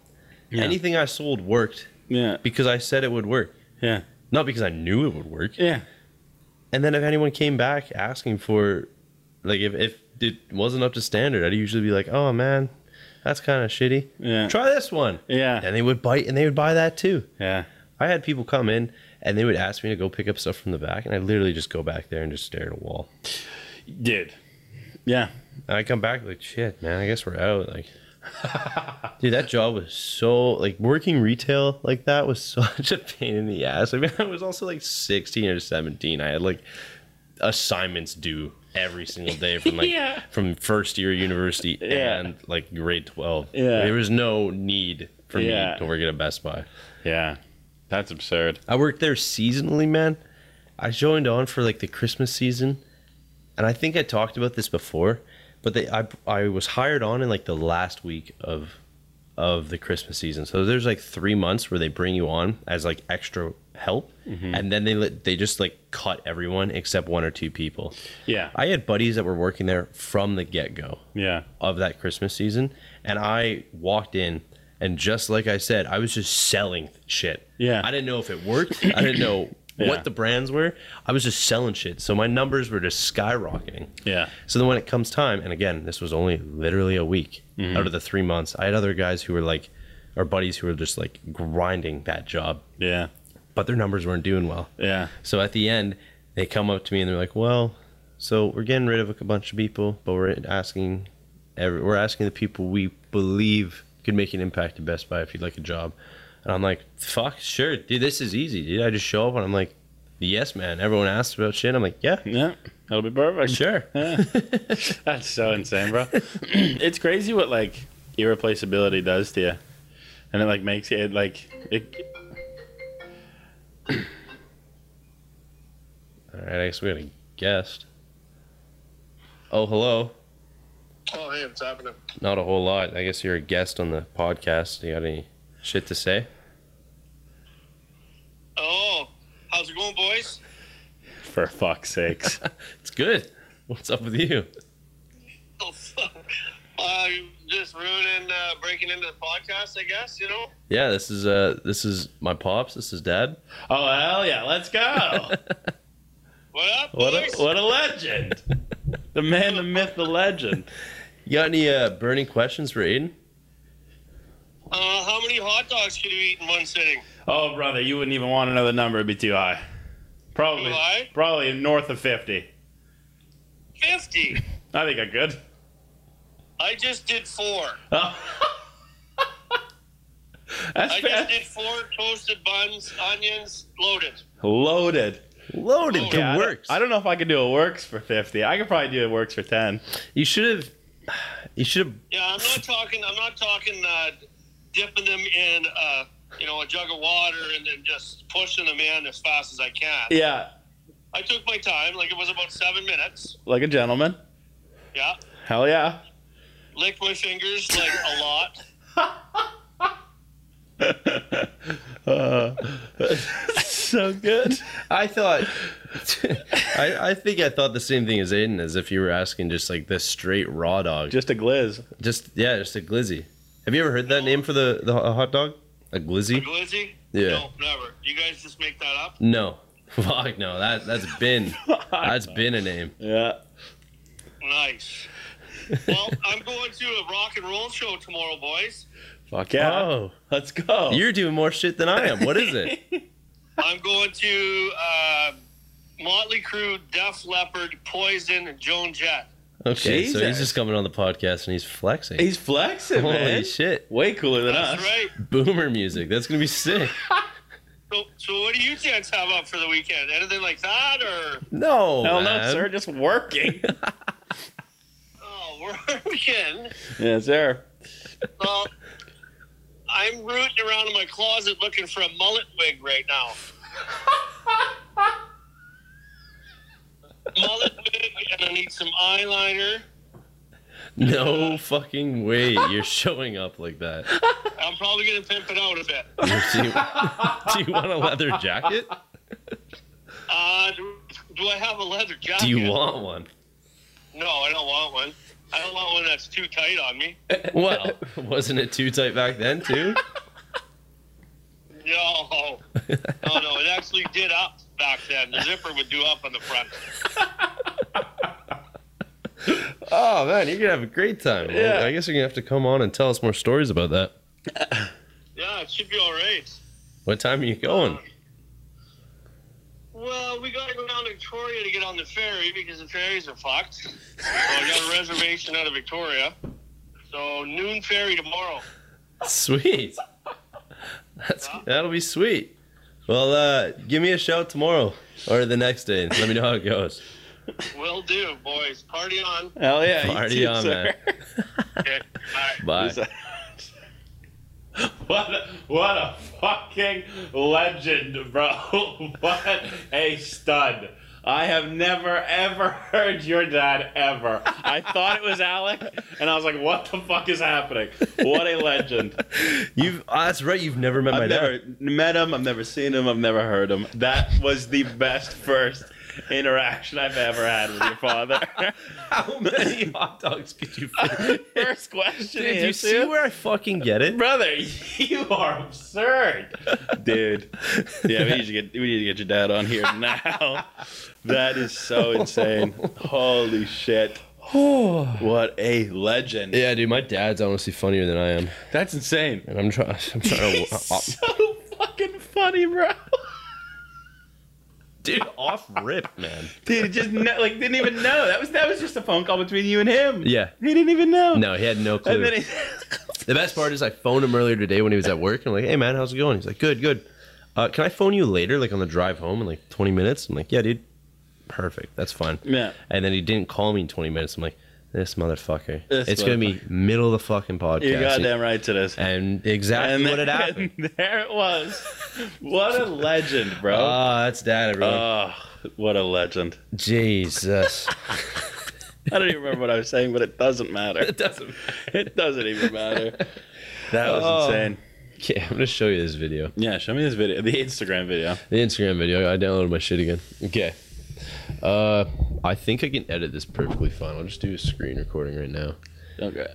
Speaker 3: Yeah.
Speaker 2: Anything I sold worked
Speaker 3: Yeah.
Speaker 2: because I said it would work.
Speaker 3: Yeah.
Speaker 2: Not because I knew it would work.
Speaker 3: Yeah.
Speaker 2: And then if anyone came back asking for, like, if, if it wasn't up to standard, I'd usually be like, oh man, that's kind of shitty.
Speaker 3: Yeah.
Speaker 2: Try this one.
Speaker 3: Yeah.
Speaker 2: And they would bite and they would buy that too.
Speaker 3: Yeah.
Speaker 2: I had people come in and they would ask me to go pick up stuff from the back, and I literally just go back there and just stare at a wall.
Speaker 3: Dude. Yeah.
Speaker 2: And I come back like, shit, man, I guess we're out. Like, dude, that job was so, like, working retail like that was such a pain in the ass. I mean, I was also like 16 or 17. I had like assignments due every single day from like
Speaker 3: Yeah.
Speaker 2: from first year university
Speaker 3: Yeah.
Speaker 2: and like grade 12.
Speaker 3: Yeah.
Speaker 2: There was no need for
Speaker 3: Yeah.
Speaker 2: me to work at a Best Buy.
Speaker 3: Yeah. That's absurd.
Speaker 2: I worked there seasonally, man. I joined on for like the Christmas season, and I think I talked about this before, but they I I was hired on in like the last week of of the Christmas season. So there's like three months where they bring you on as like extra help, and then they let they just like cut everyone except one or two people.
Speaker 3: Yeah.
Speaker 2: I had buddies that were working there from the get go
Speaker 3: Yeah.
Speaker 2: of that Christmas season, and I walked in, and just like I said, I was just selling shit.
Speaker 3: Yeah.
Speaker 2: I didn't know if it worked. I didn't know
Speaker 3: Yeah.
Speaker 2: what the brands were. I was just selling shit, so my numbers were just skyrocketing.
Speaker 3: Yeah.
Speaker 2: So then when it comes time, and again, this was only literally a week
Speaker 3: Mm-hmm.
Speaker 2: out of the three months, I had other guys who were like, our buddies who were just like grinding that job,
Speaker 3: Yeah.
Speaker 2: but their numbers weren't doing well.
Speaker 3: Yeah.
Speaker 2: So at the end, they come up to me and they're like, "Well, so we're getting rid of a bunch of people, but we're asking, every, we're asking the people we believe could make an impact at Best Buy if you'd like a job." And I'm like, "Fuck, sure, dude, this is easy, dude. I just show up and I'm like, yes, man. Everyone asks about shit. I'm like, yeah,
Speaker 3: Yeah. That'll be perfect.
Speaker 2: sure,
Speaker 3: Yeah. That's so insane, bro. it's crazy what like irreplaceability does to you, and it like makes it like it.
Speaker 2: all right. I guess we got a guest. Oh, hello.
Speaker 1: Oh, hey, what's happening?
Speaker 2: Not a whole lot. I guess you're a guest on the podcast. You got any shit to say?
Speaker 1: Oh, how's it going, boys?
Speaker 3: For fuck's sakes.
Speaker 2: It's good. What's up with you?
Speaker 1: Oh, fuck. I'm just ruining uh, breaking into the podcast, I guess, you know?
Speaker 2: Yeah, this is uh this is my pops, this is dad.
Speaker 3: oh hell yeah! Let's go.
Speaker 1: What up,
Speaker 3: What
Speaker 1: boys?
Speaker 3: a what a legend. The man, the myth, the legend.
Speaker 2: You got any uh burning questions for Aiden?
Speaker 1: Uh, how many hot dogs can you eat in one sitting?
Speaker 3: Oh brother, you wouldn't even want to know the number; it'd be too high. Probably,
Speaker 1: Too high?
Speaker 3: probably north of fifty.
Speaker 1: 50.
Speaker 3: I think I could.
Speaker 1: I just did four.
Speaker 3: Oh. That's
Speaker 1: I
Speaker 3: bad.
Speaker 1: just did four toasted buns, onions, loaded.
Speaker 3: loaded.
Speaker 2: Loaded
Speaker 1: to
Speaker 3: Oh, I don't- I don't know if I could do a works for fifty. I could probably do a works for ten.
Speaker 2: You should have you should have
Speaker 1: Yeah, I'm not talking, I'm not talking uh, dipping them in, uh, you know, a jug of water and then just pushing them in as fast as I can.
Speaker 3: Yeah,
Speaker 1: I took my time, like it was about seven minutes.
Speaker 3: like a gentleman.
Speaker 1: Yeah.
Speaker 3: Hell yeah.
Speaker 1: licked my fingers like a lot.
Speaker 3: Uh, so good.
Speaker 2: I thought I, I think I thought the same thing as Aiden as if you were asking just like the straight raw dog. Just,
Speaker 3: Just a glizz.
Speaker 2: yeah, just a glizzy. Have you ever heard that name for the, the ho- hot dog? A glizzy?
Speaker 1: Glizzy?
Speaker 2: Yeah.
Speaker 1: No, never. You guys just make that up.
Speaker 2: No. Fuck no, that that's been that's been a name.
Speaker 3: Yeah.
Speaker 1: Nice. Well, I'm going to a rock and roll show tomorrow, boys.
Speaker 3: Fuck yeah.
Speaker 2: Oh.
Speaker 3: Let's go.
Speaker 2: You're doing more shit than I am. What is it?
Speaker 1: I'm going to uh, Motley Crue, Def Leppard, Poison, and Joan Jett.
Speaker 2: Okay, so he's
Speaker 3: Jesus.
Speaker 2: just coming on the podcast and he's flexing.
Speaker 3: He's flexing,
Speaker 2: Holy
Speaker 3: man.
Speaker 2: shit.
Speaker 3: Way cooler than
Speaker 1: That's
Speaker 3: us.
Speaker 1: right.
Speaker 2: Boomer music. That's gonna be sick.
Speaker 1: So, so what do you gents have up for the weekend? Anything like that, or
Speaker 2: No,
Speaker 3: Hell no,
Speaker 2: man.
Speaker 3: sir. Just working.
Speaker 1: oh, we're working?
Speaker 3: yes, sir.
Speaker 1: Well, I'm rooting around in my closet looking for a mullet wig right now. mullet wig, and I need some eyeliner.
Speaker 2: No fucking way. You're showing up like that.
Speaker 1: I'm probably gonna pimp it out a bit.
Speaker 2: Do you, do you want a leather jacket?
Speaker 1: Uh, do, do I have a leather jacket?
Speaker 2: Do you want one?
Speaker 1: No, I don't want one. I don't want one that's too tight on me.
Speaker 2: Well, wasn't it too tight back then too?
Speaker 1: No, no, no. It actually did up back then. The zipper would do up on the front.
Speaker 2: Oh man, you're gonna have a great time. Well,
Speaker 3: Yeah.
Speaker 2: I guess you're gonna have to come on and tell us more stories about that.
Speaker 1: Yeah, it should be all right.
Speaker 2: What time are you going?
Speaker 1: Well, we gotta go down to Victoria to get on the ferry because the ferries are fucked. So I got a reservation out of Victoria. So noon ferry tomorrow.
Speaker 2: Sweet. That's
Speaker 1: Yeah.
Speaker 2: that'll be sweet. Well, uh, give me a shout tomorrow or the next day. and Let me know how it goes.
Speaker 1: Will do, boys. Party on.
Speaker 3: Hell yeah. you
Speaker 2: Party
Speaker 3: too,
Speaker 2: on,
Speaker 3: sir.
Speaker 1: Okay. Bye.
Speaker 2: Bye.
Speaker 3: what, a, what a fucking legend, bro. What a stud. I have never, ever heard your dad ever. I thought it was Alec, and I was like, what the fuck is happening? What a legend.
Speaker 2: You've ah, that's right. You've never met my
Speaker 3: I've never
Speaker 2: dad.
Speaker 3: met him, I've never seen him, I've never heard him. That was the best first interaction I've ever had with your father.
Speaker 2: How many hot dogs could you? Dude,
Speaker 3: first question
Speaker 2: do you
Speaker 3: is,
Speaker 2: see where I fucking get it?
Speaker 3: Brother, you are absurd, dude. Yeah, we need to get we need to get your dad on here now. that is so insane. Holy shit! What a legend.
Speaker 2: yeah, dude. My dad's honestly funnier than I am,
Speaker 3: That's insane.
Speaker 2: and I'm trying. I'm trying to. uh,
Speaker 3: He's so fucking funny, bro.
Speaker 2: dude, off rip, man.
Speaker 3: Dude, he just kn- like didn't even know. That was that was just a phone call between you and him.
Speaker 2: Yeah.
Speaker 3: he didn't even know.
Speaker 2: No, he had no clue.
Speaker 3: and then he,
Speaker 2: The best part is I phoned him earlier today when he was at work. and I'm like, hey man, how's it going? He's like, good, good. Uh, can I phone you later, like on the drive home in like 20 minutes? I'm like, yeah, dude. Perfect. That's fine.
Speaker 3: yeah.
Speaker 2: And then he didn't call me in 20 minutes. I'm like, this motherfucker.
Speaker 3: This
Speaker 2: it's going to be middle of the fucking podcast.
Speaker 3: You're goddamn right to this.
Speaker 2: And exactly what had happened.
Speaker 3: and there it was. What a legend, bro.
Speaker 2: Ah, that's dad, everyone.
Speaker 3: Oh, what a legend.
Speaker 2: Jesus.
Speaker 3: I don't even remember what I was saying, but it doesn't matter.
Speaker 2: it doesn't
Speaker 3: It doesn't even matter. That was
Speaker 2: Oh.
Speaker 3: insane.
Speaker 2: Okay, I'm going to show you this video.
Speaker 3: Yeah, show me this video, the Instagram video.
Speaker 2: The Instagram video. I downloaded my shit again. Okay. Uh, I think I can edit this perfectly fine. I'll just do a screen recording right now.
Speaker 3: Okay.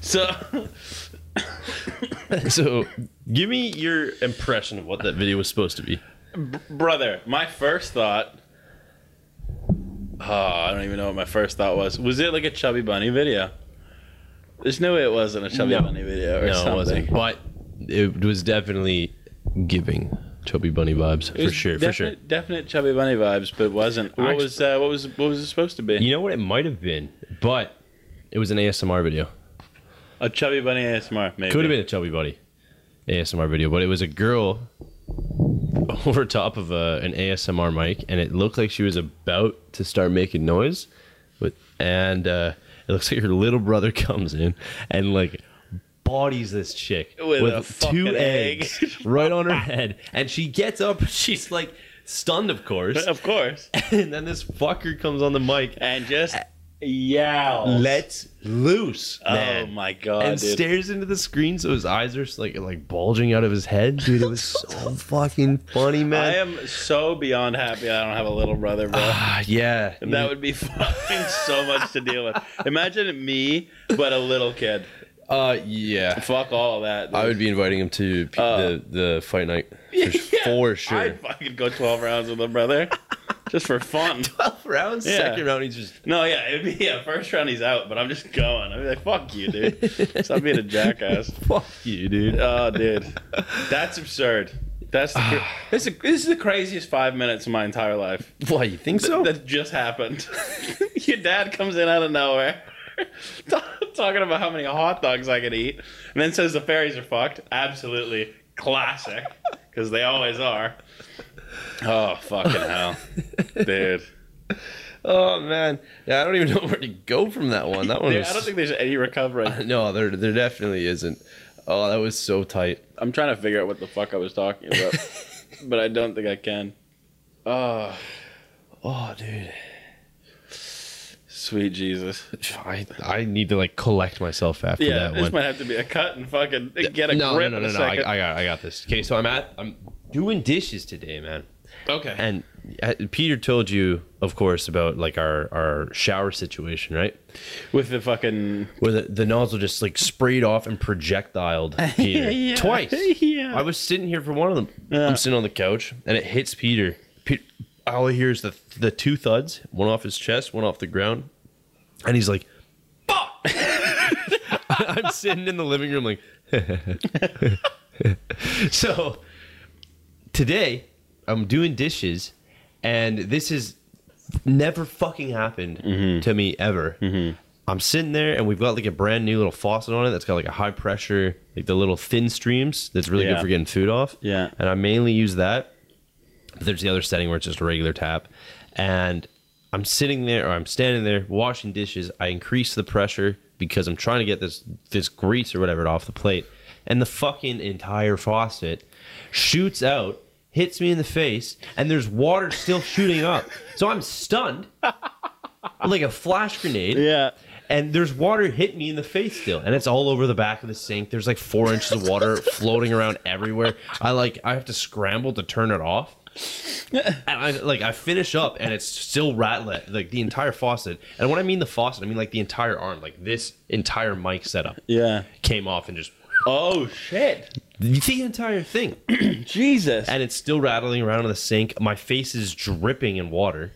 Speaker 3: So,
Speaker 2: So, give me your impression of what that video was supposed to be.
Speaker 3: brother, my first thought. Oh, I don't even know what my first thought was. Was it like a Chubby Bunny video? There's no way it wasn't a Chubby
Speaker 2: No.
Speaker 3: Bunny video or
Speaker 2: no,
Speaker 3: something.
Speaker 2: it wasn't. But it was definitely giving Chubby Bunny vibes
Speaker 3: It
Speaker 2: for
Speaker 3: was
Speaker 2: sure. For sure.
Speaker 3: definite, Definite Chubby Bunny vibes, but it wasn't. What
Speaker 2: Actu-
Speaker 3: was uh, what was what was it supposed to be?
Speaker 2: You know what? It might have been, but it was an ASMR video.
Speaker 3: a Chubby Bunny ASMR, maybe.
Speaker 2: Could have been a Chubby Bunny ASMR video, but it was a girl over top of a, an ASMR mic, and it looked like she was about to start making noise, but and uh, it looks like her little brother comes in and like bodies this chick
Speaker 3: With a fucking egg.
Speaker 2: right on her head, and she gets up, she's like stunned, of course,
Speaker 3: Of course.
Speaker 2: and then this fucker comes on the mic,
Speaker 3: And just
Speaker 2: Uh,
Speaker 3: yell.
Speaker 2: lets loose,
Speaker 3: oh
Speaker 2: man
Speaker 3: my god,
Speaker 2: and
Speaker 3: dude.
Speaker 2: stares into the screen so his eyes are like like bulging out of his head. Dude, it was so fucking funny,
Speaker 3: I
Speaker 2: man.
Speaker 3: am so beyond happy I don't have a little brother, bro.
Speaker 2: Ah, yeah.
Speaker 3: that would be fucking so much to deal with. Imagine me, but a little kid.
Speaker 2: Uh, yeah.
Speaker 3: Fuck all that.
Speaker 2: I would be inviting him to p-
Speaker 3: Uh,
Speaker 2: the the fight night for,
Speaker 3: dude.
Speaker 2: for sure.
Speaker 3: I'd fucking go 12 rounds with him, brother. just for fun.
Speaker 2: Twelve rounds.
Speaker 3: Yeah.
Speaker 2: Second round, he's just
Speaker 3: No, yeah, it'd be, yeah, first round he's out, but I'm just going. I'd be like, fuck you, dude. Stop being a jackass.
Speaker 2: fuck you, dude.
Speaker 3: Oh, dude, that's absurd. That's the, cra- this, is, this is the craziest five minutes of my entire life.
Speaker 2: Why you think so?
Speaker 3: that just happened. Your dad comes in out of nowhere, ta- talking about how many hot dogs I could eat, and then says the fairies are fucked. Absolutely classic, because they always are. Oh fucking hell, dude!
Speaker 2: oh man, yeah, I don't even know where to go from that one. That one.
Speaker 3: Dude,
Speaker 2: was,
Speaker 3: I don't think there's any recovering.
Speaker 2: No, there there definitely isn't. Oh, that was so tight.
Speaker 3: I'm trying to figure out what the fuck I was talking about, but I don't think I can. Oh,
Speaker 2: Oh, dude.
Speaker 3: sweet Jesus.
Speaker 2: I I need to like collect myself after
Speaker 3: Yeah,
Speaker 2: that
Speaker 3: this
Speaker 2: one.
Speaker 3: might have to be a cut and fucking get a
Speaker 2: no,
Speaker 3: grip
Speaker 2: no,
Speaker 3: in
Speaker 2: no,
Speaker 3: a
Speaker 2: no, no. I,
Speaker 3: second.
Speaker 2: I got I got this. Okay, so I'm at I'm doing dishes today, man.
Speaker 3: okay.
Speaker 2: And uh, Peter told you, of course, about like our our shower situation, right?
Speaker 3: With the fucking
Speaker 2: Where the, the nozzle just like sprayed off and projectiled Peter
Speaker 3: Yeah.
Speaker 2: twice.
Speaker 3: Yeah.
Speaker 2: I was sitting here for one of them.
Speaker 3: Yeah.
Speaker 2: I'm sitting on the couch and it hits Peter. Peter all I hear is the the two thuds, one off his chest, one off the ground, and he's like, "Fuck!" I'm sitting in the living room like, so today I'm doing dishes, and this has never fucking happened
Speaker 3: Mm-hmm.
Speaker 2: to me ever. I'm sitting there, and we've got like a brand new little faucet on it that's got like a high pressure, like the little thin streams that's really
Speaker 3: Yeah.
Speaker 2: good for getting food off.
Speaker 3: Yeah.
Speaker 2: and I mainly use that. But there's the other setting where it's just a regular tap, and I'm sitting there or I'm standing there washing dishes. I increase the pressure because I'm trying to get this this grease or whatever off the plate, and the fucking entire faucet shoots out, hits me in the face, and there's water still shooting up. So I'm stunned, like a flash grenade.
Speaker 3: yeah.
Speaker 2: And there's water hitting me in the face still, and it's all over the back of the sink. There's like four inches of water floating around everywhere. I like I have to scramble to turn it off. And I like I finish up and it's still rattlet, like the entire faucet. And when I mean the faucet, I mean like the entire arm, like this entire mic setup
Speaker 3: Yeah.
Speaker 2: came off and just
Speaker 3: Oh shit.
Speaker 2: the entire thing.
Speaker 3: Jesus.
Speaker 2: And it's still rattling around in the sink. My face is dripping in water.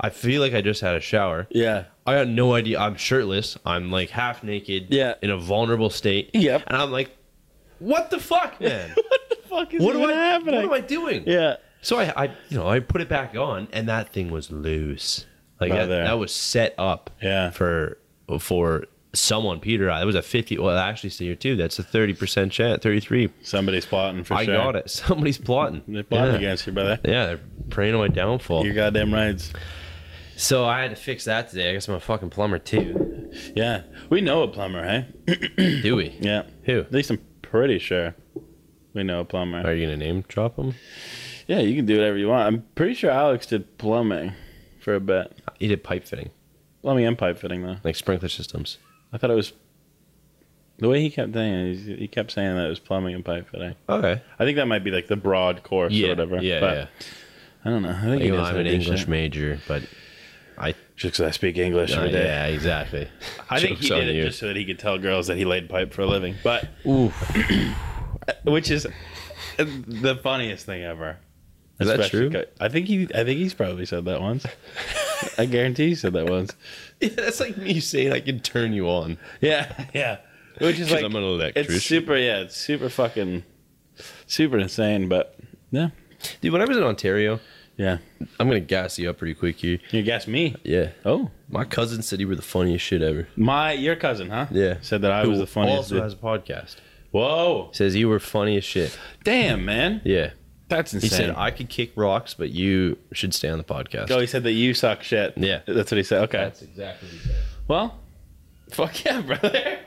Speaker 2: I feel like I just had a shower.
Speaker 3: yeah.
Speaker 2: I got no idea. I'm shirtless. I'm like half naked.
Speaker 3: Yeah.
Speaker 2: In a vulnerable state.
Speaker 3: Yep.
Speaker 2: And I'm like, what the fuck, man?
Speaker 3: What the fuck is
Speaker 2: what do
Speaker 3: even
Speaker 2: I?
Speaker 3: happening?
Speaker 2: What am I doing?
Speaker 3: yeah.
Speaker 2: So I, I, you know, I put it back on, and that thing was loose. Like that,
Speaker 3: Brother.
Speaker 2: that was set up.
Speaker 3: Yeah.
Speaker 2: For for someone, Peter. I, it was a fifty. Well, actually, see here too. That's a thirty percent chance. Thirty three.
Speaker 3: Somebody's plotting for
Speaker 2: I
Speaker 3: sure.
Speaker 2: got it. Somebody's plotting.
Speaker 3: They're plotting
Speaker 2: yeah.
Speaker 3: against you, brother.
Speaker 2: Yeah, they're preying on my downfall.
Speaker 3: Your goddamn rights.
Speaker 2: so I had to fix that today. I guess I'm a fucking plumber too.
Speaker 3: Yeah. We know a plumber, hey?
Speaker 2: Do we?
Speaker 3: Yeah.
Speaker 2: Who?
Speaker 3: At least I'm pretty sure. We know a plumber.
Speaker 2: Are you gonna name drop him?
Speaker 3: Yeah, you can do whatever you want. I'm pretty sure Alex did plumbing for a bit.
Speaker 2: He did pipe fitting,
Speaker 3: Plumbing and pipe fitting though.
Speaker 2: like sprinkler systems.
Speaker 3: I thought it was the way he kept saying it, he kept saying that it was plumbing and pipe fitting.
Speaker 2: Okay.
Speaker 3: I think that might be like the broad course
Speaker 2: Yeah.
Speaker 3: or whatever.
Speaker 2: Yeah.
Speaker 3: but
Speaker 2: yeah.
Speaker 3: I don't know. I think
Speaker 2: You
Speaker 3: he
Speaker 2: know,
Speaker 3: does
Speaker 2: I'm
Speaker 3: that
Speaker 2: an
Speaker 3: good
Speaker 2: English
Speaker 3: shit.
Speaker 2: major, but I.
Speaker 3: Just 'cause I speak English
Speaker 2: Uh,
Speaker 3: every day.
Speaker 2: yeah, exactly.
Speaker 3: I think he
Speaker 2: Joke's on
Speaker 3: did it
Speaker 2: you.
Speaker 3: just so that he could tell girls that he laid pipe for a living. But
Speaker 2: Oof.
Speaker 3: which is uh, the funniest thing ever.
Speaker 2: Is that
Speaker 3: Especially
Speaker 2: true?
Speaker 3: co- I think he. I think he's probably said that once. I guarantee he said that once.
Speaker 2: Yeah, that's like me saying I can turn you on.
Speaker 3: Yeah, yeah. Which is
Speaker 2: 'Cause
Speaker 3: like
Speaker 2: I'm an
Speaker 3: It's
Speaker 2: electrician.
Speaker 3: super. Yeah, it's super fucking super insane. But yeah,
Speaker 2: Dude, when I was in Ontario,
Speaker 3: yeah.
Speaker 2: I'm gonna gas you up pretty quick here.
Speaker 3: You guess me.
Speaker 2: Yeah.
Speaker 3: Oh,
Speaker 2: My cousin said you were the funniest shit ever.
Speaker 3: my your cousin, huh?
Speaker 2: Yeah.
Speaker 3: Said that I
Speaker 2: Who
Speaker 3: was the funniest.
Speaker 2: Also
Speaker 3: dude.
Speaker 2: has a podcast.
Speaker 3: Whoa.
Speaker 2: Says you were funny as shit.
Speaker 3: Damn, man.
Speaker 2: Yeah.
Speaker 3: That's insane.
Speaker 2: He said I could kick rocks, but you should stay on the podcast.
Speaker 3: Oh, he said that you suck shit.
Speaker 2: Yeah.
Speaker 3: That's what he said. Okay.
Speaker 2: exactly what he said.
Speaker 3: Well, fuck yeah, brother.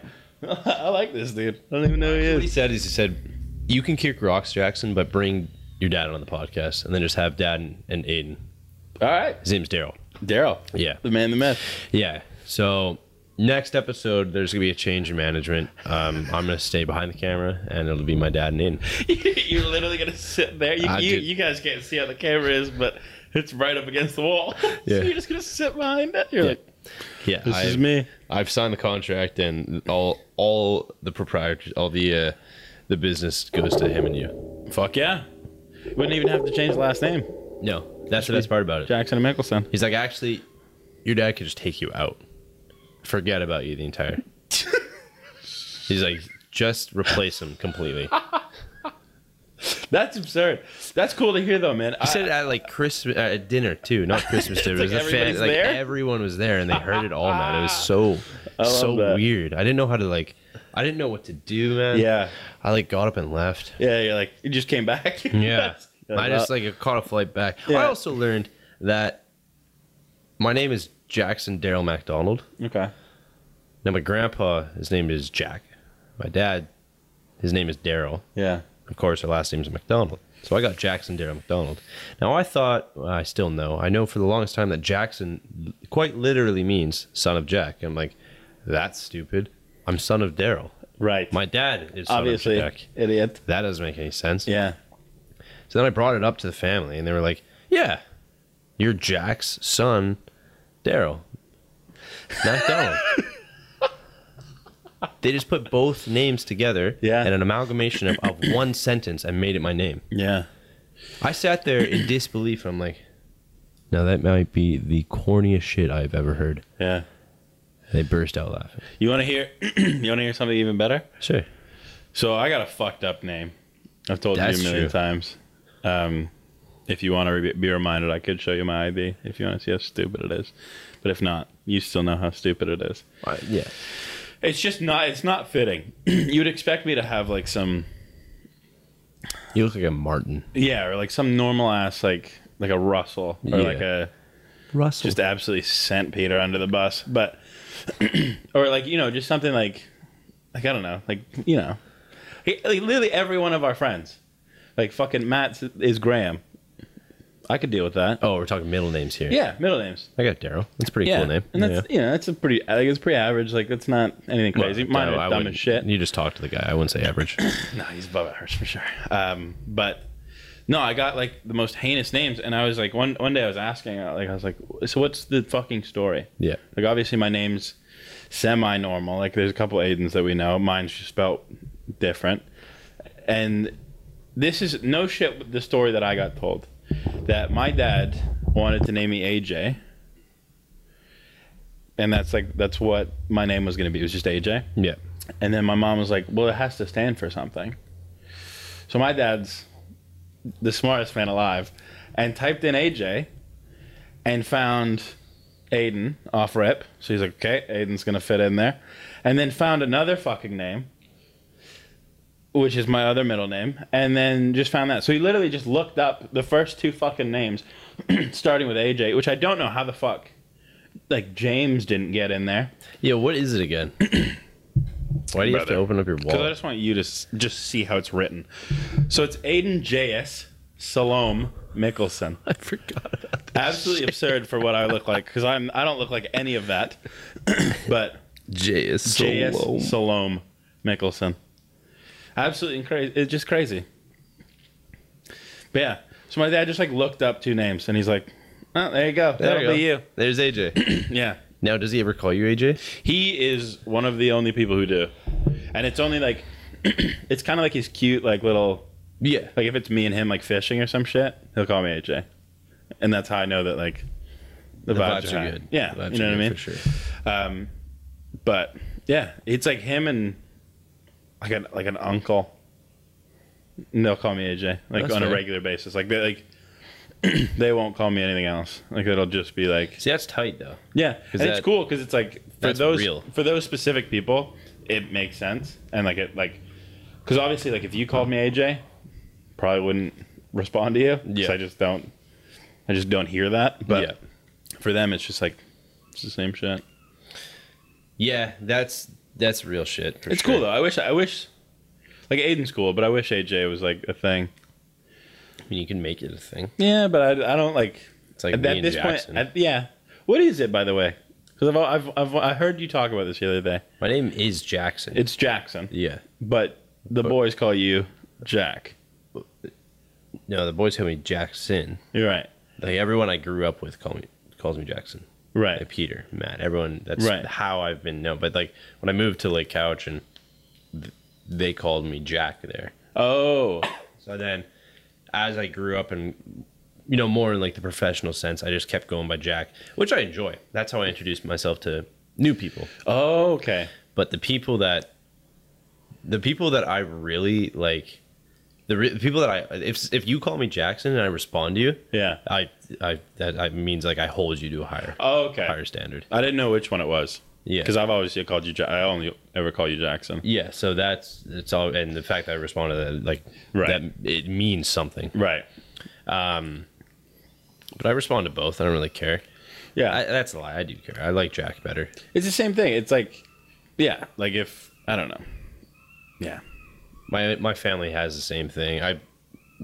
Speaker 3: I like this dude. I don't even know who he
Speaker 2: What he
Speaker 3: is.
Speaker 2: said is he said, "You can kick rocks, Jackson, but bring your dad on the podcast, and then just have dad and, and Aiden.
Speaker 3: All right,
Speaker 2: His name's Daryl.
Speaker 3: Daryl,
Speaker 2: Yeah,
Speaker 3: the man, the myth.
Speaker 2: yeah. So next episode, there's gonna be a change in management. Um, I'm gonna stay behind the camera, and it'll be my dad and Aiden.
Speaker 3: You're literally gonna sit there. You,
Speaker 2: I
Speaker 3: you,
Speaker 2: did-
Speaker 3: you guys can't see how the camera is, but it's right up against the wall.
Speaker 2: Yeah.
Speaker 3: so you're just gonna sit behind it. You're like,
Speaker 2: Yeah,
Speaker 4: This
Speaker 2: I,
Speaker 4: is me.
Speaker 2: I've signed the contract, and all all the proprietors, all the uh, the business goes to him and you.
Speaker 3: Fuck yeah. Wouldn't even have to change the last name.
Speaker 2: No, that's the best part about it.
Speaker 3: Jackson and Mickelson.
Speaker 2: He's like, actually, your dad could just take you out, forget about you the entire. He's like, just replace him completely.
Speaker 3: That's absurd. That's cool to hear though, man. I,
Speaker 2: He said it at like Christmas uh, at dinner too, not Christmas dinner.
Speaker 3: It's
Speaker 2: It was a
Speaker 3: like
Speaker 2: fan,
Speaker 3: everybody's
Speaker 2: like
Speaker 3: there?
Speaker 2: everyone was there and they heard it all, man. It was so
Speaker 3: love
Speaker 2: so
Speaker 3: that.
Speaker 2: weird. I didn't know how to like. I didn't know what to do, man.
Speaker 3: yeah.
Speaker 2: I like got up and left.
Speaker 3: Yeah, you're like, you just came back.
Speaker 2: Yeah,
Speaker 3: You're uh,
Speaker 2: I just
Speaker 3: "Well,
Speaker 2: like caught a flight back.
Speaker 3: Yeah.
Speaker 2: I also learned that my name is Jackson Daryl MacDonald.
Speaker 3: Okay.
Speaker 2: Now my grandpa, his name is Jack. My dad, his name is Daryl.
Speaker 3: Yeah.
Speaker 2: Of course, her last name is McDonald. So I got Jackson Darrell McDonald. Now I thought, well, I still know, I know for the longest time that Jackson quite literally means son of Jack. I'm like, that's stupid. I'm son of Daryl.
Speaker 3: Right.
Speaker 2: My dad is son
Speaker 3: Obviously,
Speaker 2: of Jack.
Speaker 3: idiot.
Speaker 2: That doesn't make any sense.
Speaker 3: Yeah.
Speaker 2: So then I brought it up to the family, and they were like, "Yeah, you're Jack's son, Daryl, not Donald." they just put both names together
Speaker 3: Yeah.
Speaker 2: in an amalgamation of, of one sentence and made it my name.
Speaker 3: Yeah.
Speaker 2: I sat there in disbelief. I'm like, "Now that might be the corniest shit I've ever heard."
Speaker 3: Yeah.
Speaker 2: They burst out laughing.
Speaker 3: You want to hear? you want to hear something even better?
Speaker 2: Sure.
Speaker 3: So I got a fucked up name. I've told
Speaker 2: That's
Speaker 3: you a million
Speaker 2: true.
Speaker 3: times. Um, if you want to re- be reminded, I could show you my ID if you want to see how stupid it is. But if not, you still know how stupid it is.
Speaker 2: I- yeah.
Speaker 3: It's just not. It's not fitting. You'd expect me to have like some
Speaker 2: You look like a Martin.
Speaker 3: yeah, or like some normal ass like like a Russell
Speaker 2: Yeah.
Speaker 3: or like a
Speaker 2: Russell.
Speaker 3: just absolutely sent Peter under the bus. But or like you know just something like like I don't know like you know like like, literally every one of our friends like fucking Matt is Graham. I could deal with that.
Speaker 2: oh, we're talking middle names here.
Speaker 3: Yeah, middle names.
Speaker 2: I got Daryl. That's a pretty
Speaker 3: yeah,
Speaker 2: cool name.
Speaker 3: and that's yeah. that's a pretty like it's pretty average. Like that's not anything crazy.
Speaker 2: Well,
Speaker 3: Mine
Speaker 2: no,
Speaker 3: are
Speaker 2: I
Speaker 3: dumb
Speaker 2: wouldn't-
Speaker 3: as shit.
Speaker 2: You just talk to the guy. I wouldn't say average.
Speaker 3: No, he's above average for sure. Um, but no, I got like the most heinous names, and I was like, one one day I was asking, uh, like I was like, so what's the fucking story?
Speaker 2: yeah.
Speaker 3: Like obviously my name's semi-normal. Like there's a couple Aidens that we know. Mine's just spelt different, and this is no shit. with The story that I got told that my dad wanted to name me AJ. And that's like that's what my name was gonna be. It was just AJ.
Speaker 2: Yeah.
Speaker 3: And then my mom was like, well, it has to stand for something. So my dad's the smartest man alive and typed in AJ and found Aiden off rip. So he's like, okay, Aiden's going to fit in there. And then found another fucking name, which is my other middle name. And then just found that. So he literally just looked up the first two fucking names, starting with AJ, which I don't know how the fuck, like, James didn't get in there.
Speaker 2: Yeah. What is it again? Why do you have to
Speaker 3: Brother.
Speaker 2: open up your
Speaker 3: Because I
Speaker 2: wallet?
Speaker 3: just want you to s- just see how it's written. So it's Aiden J.S. Salome Mickelson.
Speaker 2: I forgot.
Speaker 3: Absolutely absurd for what I look like because I'm I don't look like any of that. but
Speaker 2: J is
Speaker 3: J.S.
Speaker 2: so low.
Speaker 3: Salome Mickelson. Absolutely crazy. It's just crazy. But yeah. So my dad just like looked up two names and he's like, "Oh, there you go. That'll
Speaker 2: you
Speaker 3: be
Speaker 2: go. There's AJ.
Speaker 3: you." Yeah.
Speaker 2: now, does he ever call you AJ?
Speaker 3: He is one of the only people who do, and it's only like, it's kind of like his cute like little
Speaker 2: Yeah.
Speaker 3: Like if it's me and him like fishing or some shit, he'll call me AJ, and that's how I know that like the,
Speaker 2: The
Speaker 3: vibes,
Speaker 2: good.
Speaker 3: are, good. Yeah,
Speaker 2: The vibes
Speaker 3: you know
Speaker 2: are
Speaker 3: what
Speaker 2: good
Speaker 3: I mean.
Speaker 2: For sure.
Speaker 3: Um, but yeah, it's like him and like an like an uncle. And they'll call me AJ like
Speaker 2: That's
Speaker 3: on a
Speaker 2: fair.
Speaker 3: regular basis. Like they like they won't call me anything else. Like it'll just be like
Speaker 2: See, that's tight though.
Speaker 3: yeah, and it's
Speaker 2: that-
Speaker 3: cool because it's like for
Speaker 2: that's
Speaker 3: those
Speaker 2: real.
Speaker 3: for those specific people, it makes sense, and like it like because obviously like if you called me AJ, probably wouldn't respond to you. 'cause
Speaker 2: Yeah.
Speaker 3: I just don't. I just don't hear that. But
Speaker 2: Yeah.
Speaker 3: for them, it's just like it's the same shit.
Speaker 2: Yeah, that's that's real shit. For
Speaker 3: It's
Speaker 2: sure.
Speaker 3: cool though. I wish I wish like Aiden's cool, but I wish AJ was like a thing.
Speaker 2: I mean, you can make it a thing.
Speaker 3: Yeah, but I, I don't like
Speaker 2: It's like
Speaker 3: at,
Speaker 2: me
Speaker 3: at
Speaker 2: and
Speaker 3: this
Speaker 2: Jackson.
Speaker 3: point. At, yeah, what is it by the way? Because I've, I've I've I heard you talk about this the other day.
Speaker 2: My name is Jackson.
Speaker 3: It's Jackson.
Speaker 2: yeah.
Speaker 3: But the boys call you Jack.
Speaker 2: No, the boys call me Jackson.
Speaker 3: You're right.
Speaker 2: Like everyone I grew up with call me calls me Jackson.
Speaker 3: Right.
Speaker 2: like Peter, Matt, everyone. That's
Speaker 3: Right.
Speaker 2: how I've been known. But like when I moved to Lake Couch and th- they called me Jack there.
Speaker 3: Oh.
Speaker 2: So then, as I grew up and you know more in like the professional sense, I just kept going by Jack, which I enjoy. That's how I introduced myself to new people.
Speaker 3: Oh, okay.
Speaker 2: But the people that the people that I really like, the, re- the people that I if if you call me Jackson and I respond to you,
Speaker 3: Yeah.
Speaker 2: I I that I means like I hold you to a higher
Speaker 3: Oh, okay.
Speaker 2: higher standard.
Speaker 3: I didn't know which one it was.
Speaker 2: Yeah.
Speaker 3: Because I've always called you. Ja- I only ever call you Jackson.
Speaker 2: Yeah, so that's it's all, and the fact that I responded to that, like
Speaker 3: Right.
Speaker 2: that it means something.
Speaker 3: Right.
Speaker 2: But I respond to both. I don't really care.
Speaker 3: Yeah.
Speaker 2: I, that's a lie. I do care. I like Jack better.
Speaker 3: it's the same thing. It's like, yeah. Like if I don't know. Yeah.
Speaker 2: My my family has the same thing. I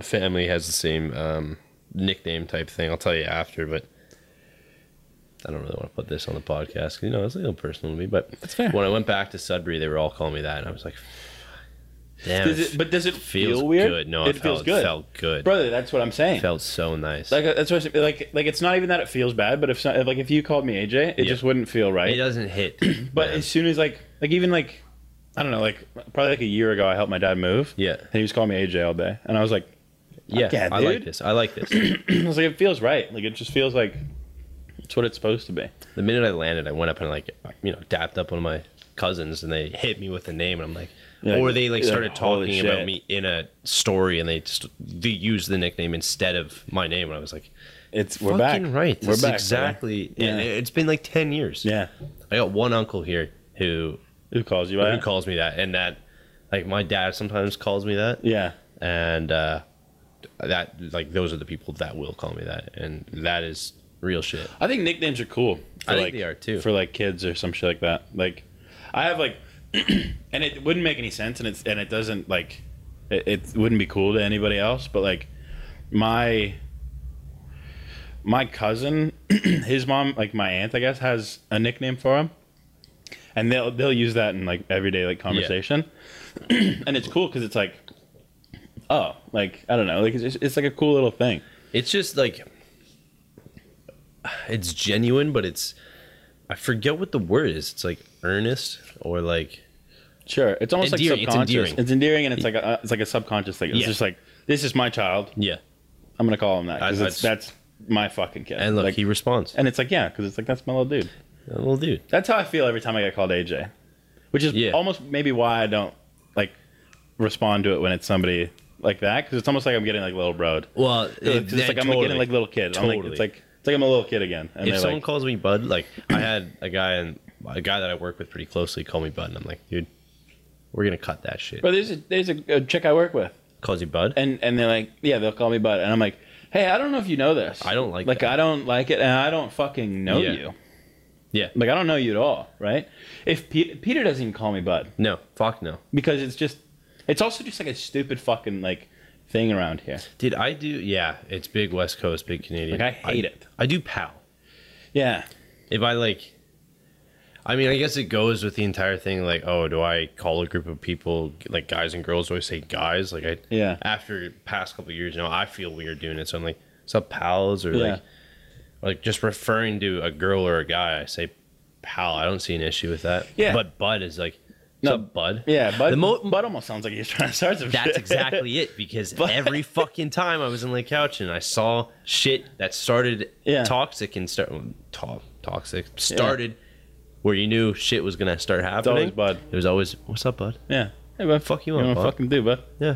Speaker 2: family has the same um, nickname type thing. I'll tell you after, but I don't really want to put this on the podcast. 'cause, You know, it's a little personal to me. But
Speaker 3: That's fair.
Speaker 2: when I went back to Sudbury, they were all calling me that, and I was like, "Damn,
Speaker 3: Does it, but does it
Speaker 2: feels
Speaker 3: feel weird?
Speaker 2: good." No,
Speaker 3: it,
Speaker 2: it,
Speaker 3: feels
Speaker 2: felt,
Speaker 3: good.
Speaker 2: Felt good.
Speaker 3: Brother, that's what I'm saying.
Speaker 2: felt so nice.
Speaker 3: like that's what I'm saying. like like it's not even that it feels bad, but if so, like if you called me AJ, it
Speaker 2: Yeah.
Speaker 3: just wouldn't feel right.
Speaker 2: it doesn't hit,
Speaker 3: But
Speaker 2: man.
Speaker 3: as soon as like like even like I don't know like probably like a year ago I helped my dad move.
Speaker 2: Yeah.
Speaker 3: And he was calling me AJ all day, and I was like,
Speaker 2: Yeah,
Speaker 3: Yeah,
Speaker 2: I like
Speaker 3: dude.
Speaker 2: this. I like this.
Speaker 3: I was like, it feels right. Like it just feels like it's what it's supposed to be.
Speaker 2: the minute I landed, I went up and like you know dapped up one of my cousins, and they hit me with a name, and I'm like,
Speaker 3: Yeah,
Speaker 2: or they like
Speaker 3: yeah,
Speaker 2: started
Speaker 3: holy
Speaker 2: talking about
Speaker 3: shit.
Speaker 2: me in a story, and they just they used the nickname instead of my name, and I was like,
Speaker 3: It's we're back.
Speaker 2: fucking right,
Speaker 3: We're
Speaker 2: this is
Speaker 3: back. brother.
Speaker 2: exactly.
Speaker 3: Yeah.
Speaker 2: And it's been like ten years.
Speaker 3: Yeah.
Speaker 2: I got one uncle here who
Speaker 3: Who calls you? by
Speaker 2: who
Speaker 3: that?
Speaker 2: calls me that, and that like my dad sometimes calls me that,
Speaker 3: yeah.
Speaker 2: and uh, that like those are the people that will call me that, and that is real shit.
Speaker 3: I think nicknames are cool.
Speaker 2: I think
Speaker 3: like,
Speaker 2: they are, too.
Speaker 3: For like kids or some shit like that. Like, I have like, and it wouldn't make any sense, and it's and it doesn't like, it, it wouldn't be cool to anybody else. But like, my my cousin, his mom, like my aunt, I guess, has a nickname for him, and they'll they'll use that in like everyday like conversation, and it's cool because it's like, oh, like I don't know, like it's just, it's like a cool little thing.
Speaker 2: It's just like it's genuine, but it's I forget what the word is. It's like earnest or like
Speaker 3: Sure, it's almost
Speaker 2: Endearing-
Speaker 3: like
Speaker 2: it's
Speaker 3: subconscious. It's
Speaker 2: endearing.
Speaker 3: endearing, and it's like a, uh, it's like a subconscious thing. It's
Speaker 2: Yeah.
Speaker 3: just like this is my child.
Speaker 2: yeah.
Speaker 3: I'm gonna call him that
Speaker 2: I-
Speaker 3: because
Speaker 2: I
Speaker 3: that's, that's my fucking kid.
Speaker 2: And look,
Speaker 3: like,
Speaker 2: he responds.
Speaker 3: and it's like yeah, because it's like that's my little dude.
Speaker 2: A little dude.
Speaker 3: That's how I feel every time I get called AJ, which is
Speaker 2: Yeah.
Speaker 3: almost maybe why I don't like respond to it when it's somebody like that because it's almost like I'm getting like little broed.
Speaker 2: Well,
Speaker 3: It's just like I'm getting like little kid. I'm like,
Speaker 2: Totally.
Speaker 3: it's like it's like I'm a little kid again. And
Speaker 2: if
Speaker 3: they're
Speaker 2: someone
Speaker 3: like,
Speaker 2: calls me Bud, like I had a guy and a guy that I work with pretty closely call me Bud, and I'm like, dude, we're gonna cut that shit.
Speaker 3: bro, there's a, there's a, a chick I work with.
Speaker 2: Calls you Bud.
Speaker 3: and and they're like, yeah, they'll call me Bud, and I'm like, hey, I don't know if you know this.
Speaker 2: I don't like
Speaker 3: like
Speaker 2: that.
Speaker 3: I don't like it, and I don't fucking know
Speaker 2: Yeah.
Speaker 3: you.
Speaker 2: Yeah.
Speaker 3: Like I don't know you at all, right? If Pe- Peter doesn't even call me Bud
Speaker 2: No, fuck no,
Speaker 3: because it's just, it's also just like a stupid fucking like thing around here.
Speaker 2: dude. I do. Yeah, it's big West Coast, big Canadian.
Speaker 3: Like, I hate it.
Speaker 2: I do pal.
Speaker 3: Yeah,
Speaker 2: if I like, I mean, I guess it goes with the entire thing. Like, oh, do I call a group of people like guys and girls? Do I say guys? Like, I
Speaker 3: Yeah.
Speaker 2: After past couple of years, you know, I feel weird doing it. So I'm like, what's up, pals? Or
Speaker 3: Yeah.
Speaker 2: like, like just referring to a girl or a guy, I say pal. I don't see an issue with that.
Speaker 3: Yeah.
Speaker 2: But bud is like,
Speaker 3: No.
Speaker 2: no bud.
Speaker 3: yeah, Bud.
Speaker 2: The mo-
Speaker 3: Bud almost sounds like he's trying to start some.
Speaker 2: that's
Speaker 3: shit.
Speaker 2: exactly it because every fucking time I was on the couch and I saw shit that started
Speaker 3: Yeah.
Speaker 2: toxic and start to- toxic started where you knew shit was gonna start happening.
Speaker 3: always bud.
Speaker 2: It was always what's up, bud?
Speaker 3: yeah. Hey, bud.
Speaker 2: Fuck you
Speaker 3: You
Speaker 2: up,
Speaker 3: know what
Speaker 2: bud.
Speaker 3: fucking do, bud.
Speaker 2: Yeah,